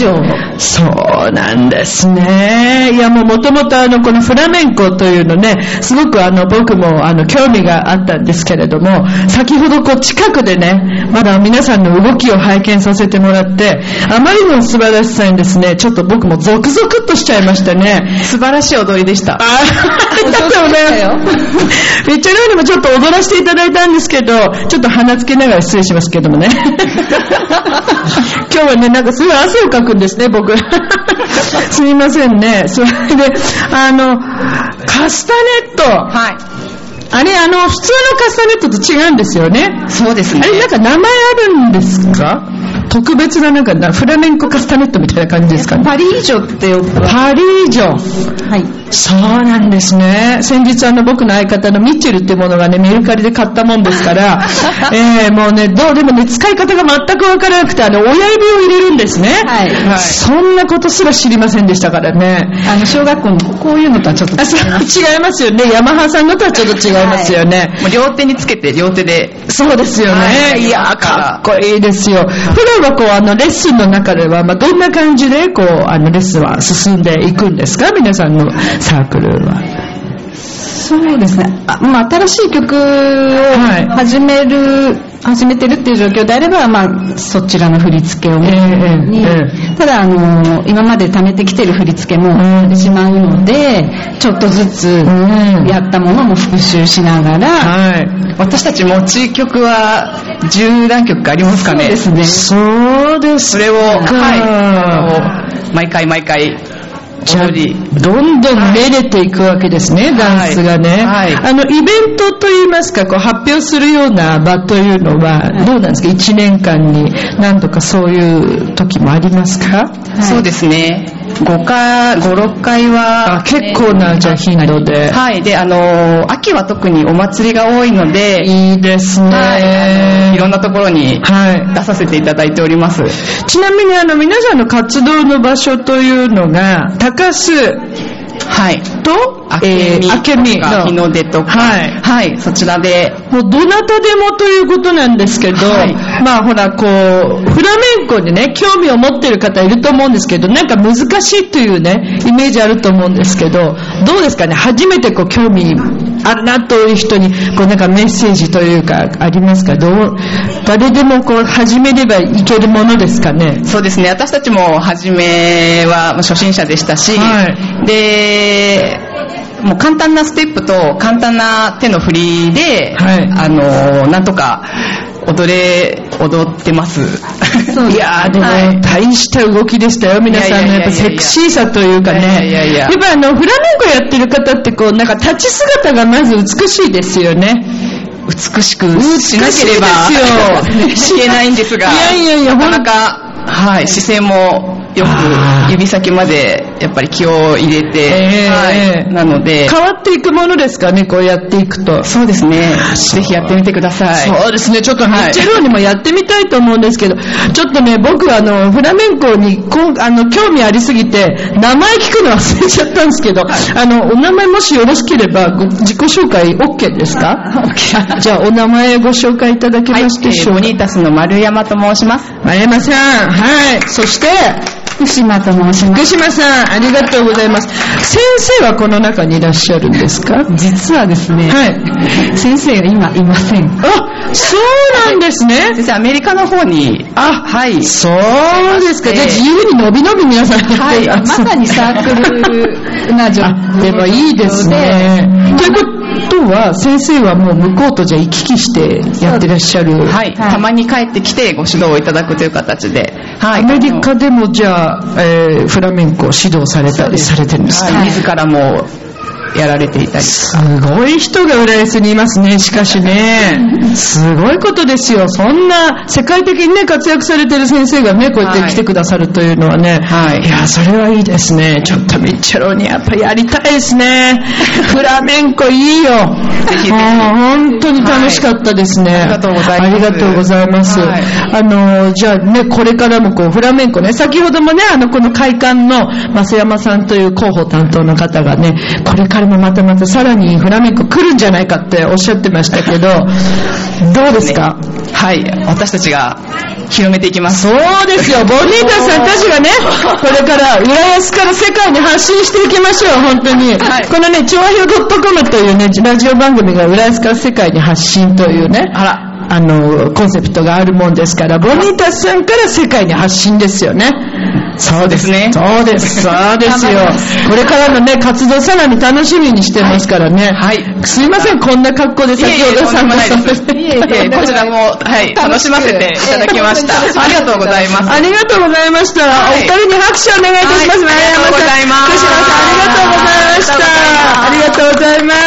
Speaker 9: そうなんですね。いや、もうもともとあの、このフラメンコというのね、すごくあの、僕もあの、興味があったんですけれども、先ほどこう、近くでね、まだ皆さんの動きを拝見させてもらって、あまりの素晴らしさにですね、ちょっと僕もゾクゾクっとしちゃいましたね。素晴らしい踊りでした。あ りがとうございます。めっちゃ料理もちょっと踊らせていただいたんですけど、ちょっと鼻つけながら失礼しますけどもね。今日はね、なんかすごい汗をかくんですね、僕。すみませんね。それで、あの、カスタネット。あれ、あの、普通のカスタネットと違うんですよね。そうですね。あれ、なんか名前あるんですか特別ななんかなフラメンコカスタネットみたいな感じですかね。パリージョって呼ぶ。パリージョ。はい。そうなんですね。先日あの僕の相方のミッチェルってものがね、メルカリで買ったもんですから、 えー、もうね、どうでもね、使い方が全くわからなくて、あの、親指を入れるんですね。はい。そんなことすら知りませんでしたからね。あの、小学校のこういうのとはちょっと違います。違いますよね。ヤマハさんのとはちょっと違いますよね。両手につけて、両手で。そうですよね。
Speaker 16: はい
Speaker 9: い、やー、かっこいいですよ。普段はこう、あの、レッスンの中では、まあ、どんな感じで、こう、あの、レッスンは進んでいくんですか皆さんのサークルは。
Speaker 13: そうですね。あまあ、新しい曲を始める、始めてるっていう状況であれば、まあ、そちらの振り付けを、にただ、あの今まで貯めてきてる振り付けもしまうので、ちょっとずつやったものも復習しながら、
Speaker 16: 私たち持ち曲は10何曲かありますかね
Speaker 13: そうですね
Speaker 9: そうです
Speaker 16: それを、はいあの毎回毎回踊り
Speaker 9: どんどん練れていくわけですね、ダンスがね。あの、イベントといいますか、こう、発表するような場というのは、どうなんですか ?1 年間に何度かそういう時もありますか、
Speaker 16: そうですね5回56回は
Speaker 9: 結構なじゃあ頻度で
Speaker 16: はいであの秋は特にお祭りが多いので
Speaker 9: いいですね、
Speaker 16: はいあのいろんなところに出させていただいております、
Speaker 9: ちなみにあの皆さんの活動の場所というのが高須
Speaker 16: はい
Speaker 9: と
Speaker 16: あけみ
Speaker 9: えーあけみ
Speaker 16: とか日の出とか
Speaker 9: はい、
Speaker 16: そちらで
Speaker 9: もうどなたでもということなんですけど、まあほらこうフラメンコにね興味を持ってる方いると思うんですけどなんか難しいというねイメージあると思うんですけどどうですかね初めてこう興味あるなという人にこうなんかメッセージというかありますかどう誰でもこう始めればいけるものですかね
Speaker 16: そうですね、私たちも初めはまあ初心者でしたし、で、もう簡単なステップと簡単な手の振りで、あの、なんとか踊れ、踊ってます。
Speaker 9: いやーでも、大した動きでしたよ、皆さんの。やっぱセクシーさというかね。
Speaker 16: いやいやいやいや
Speaker 9: やっぱあの、フラメンコやってる方ってこう、なんか立ち姿がまず美しいですよね。
Speaker 16: 美しくしなければ
Speaker 9: 美しいですよ
Speaker 16: 消えないんですが、
Speaker 9: いやいやいや、
Speaker 16: なかなか、はい、姿勢もよく指先までやっぱり気を入れて、はい、なので、
Speaker 9: 変わっていくものですかね、こうやっていくと。
Speaker 16: そうですね。ぜひやってみてください。
Speaker 9: そうですね、ちょっとミッチェローにもやってみたいと思うんですけど、ちょっとね、僕あの、フラメンコにこうあの、興味ありすぎて、名前聞くの忘れちゃったんですけど、あの、お名前もしよろしければ、ご自己紹介 OK ですかあじゃあ、お名前ご紹介いただけますでしょうか。
Speaker 16: はいえーボニータスの丸山と申します。
Speaker 9: 丸山さん、はい。そして、
Speaker 13: 福島と申します。
Speaker 9: 福島さん、ありがとうございます。先生はこの中にいらっしゃるんですか
Speaker 13: 実はですね、先生が今いません。
Speaker 9: あ、そうなんですね。
Speaker 16: 先生、アメリカの方に。
Speaker 9: あ、はい。そうですか。じゃあ自由に伸び伸び皆さんやって
Speaker 13: はい、まさにサークルな状況
Speaker 9: でもいいですね。ということは、先生はもう向こうとじゃあ行き来してやってらっしゃる。
Speaker 16: はい、たまに帰ってきてご指導をいただくという形で。
Speaker 9: アメリカでもじゃあ、えーフラメンコを指導されたりされてるんですか、
Speaker 16: はい自らもやられていたり。
Speaker 9: すごい人が浦安にいますね、しかしね。すごいことですよ。そんな、世界的にね、活躍されてる先生がね、こうやって来てくださるというのはね。い。や、それはいいですね。ちょっとミッチェロにやっぱりやりたいです ね。フラメンコいいよ。もう本当に楽しかったですね。ありがとうございます。ありがとうございます。あの、じゃあね、これからもこう、フラメンコね、先ほどもね、あの、この会館の増山さんという広報担当の方がね、これからもまたまたさらにフラメンコ来るんじゃないかっておっしゃってましたけど、どうですか
Speaker 16: はい、私たちが広めていきます。
Speaker 9: そうです よ、ボニータさんたちがね、これから浦安から世界に発信していきましょう、本当に。このね、調和表 .com というね、ラジオ番組が浦安から世界に発信というね、あの、コンセプトがあるもんですから、ボニータさんから世界に発信ですよね。そうですね。そうです、そうですよ
Speaker 16: 頑張りま。
Speaker 9: これからのね、活動さらに楽しみにしてますからね。すいません、こんな格好で先ほどさんもさせて
Speaker 16: いえいえこちらも、はい、楽しませていただきました。ありがとうございます。
Speaker 9: ありがとうございました。お二人に拍手をお願いいたします。ありがとうございます。ありがとうございました。ありがとうございます。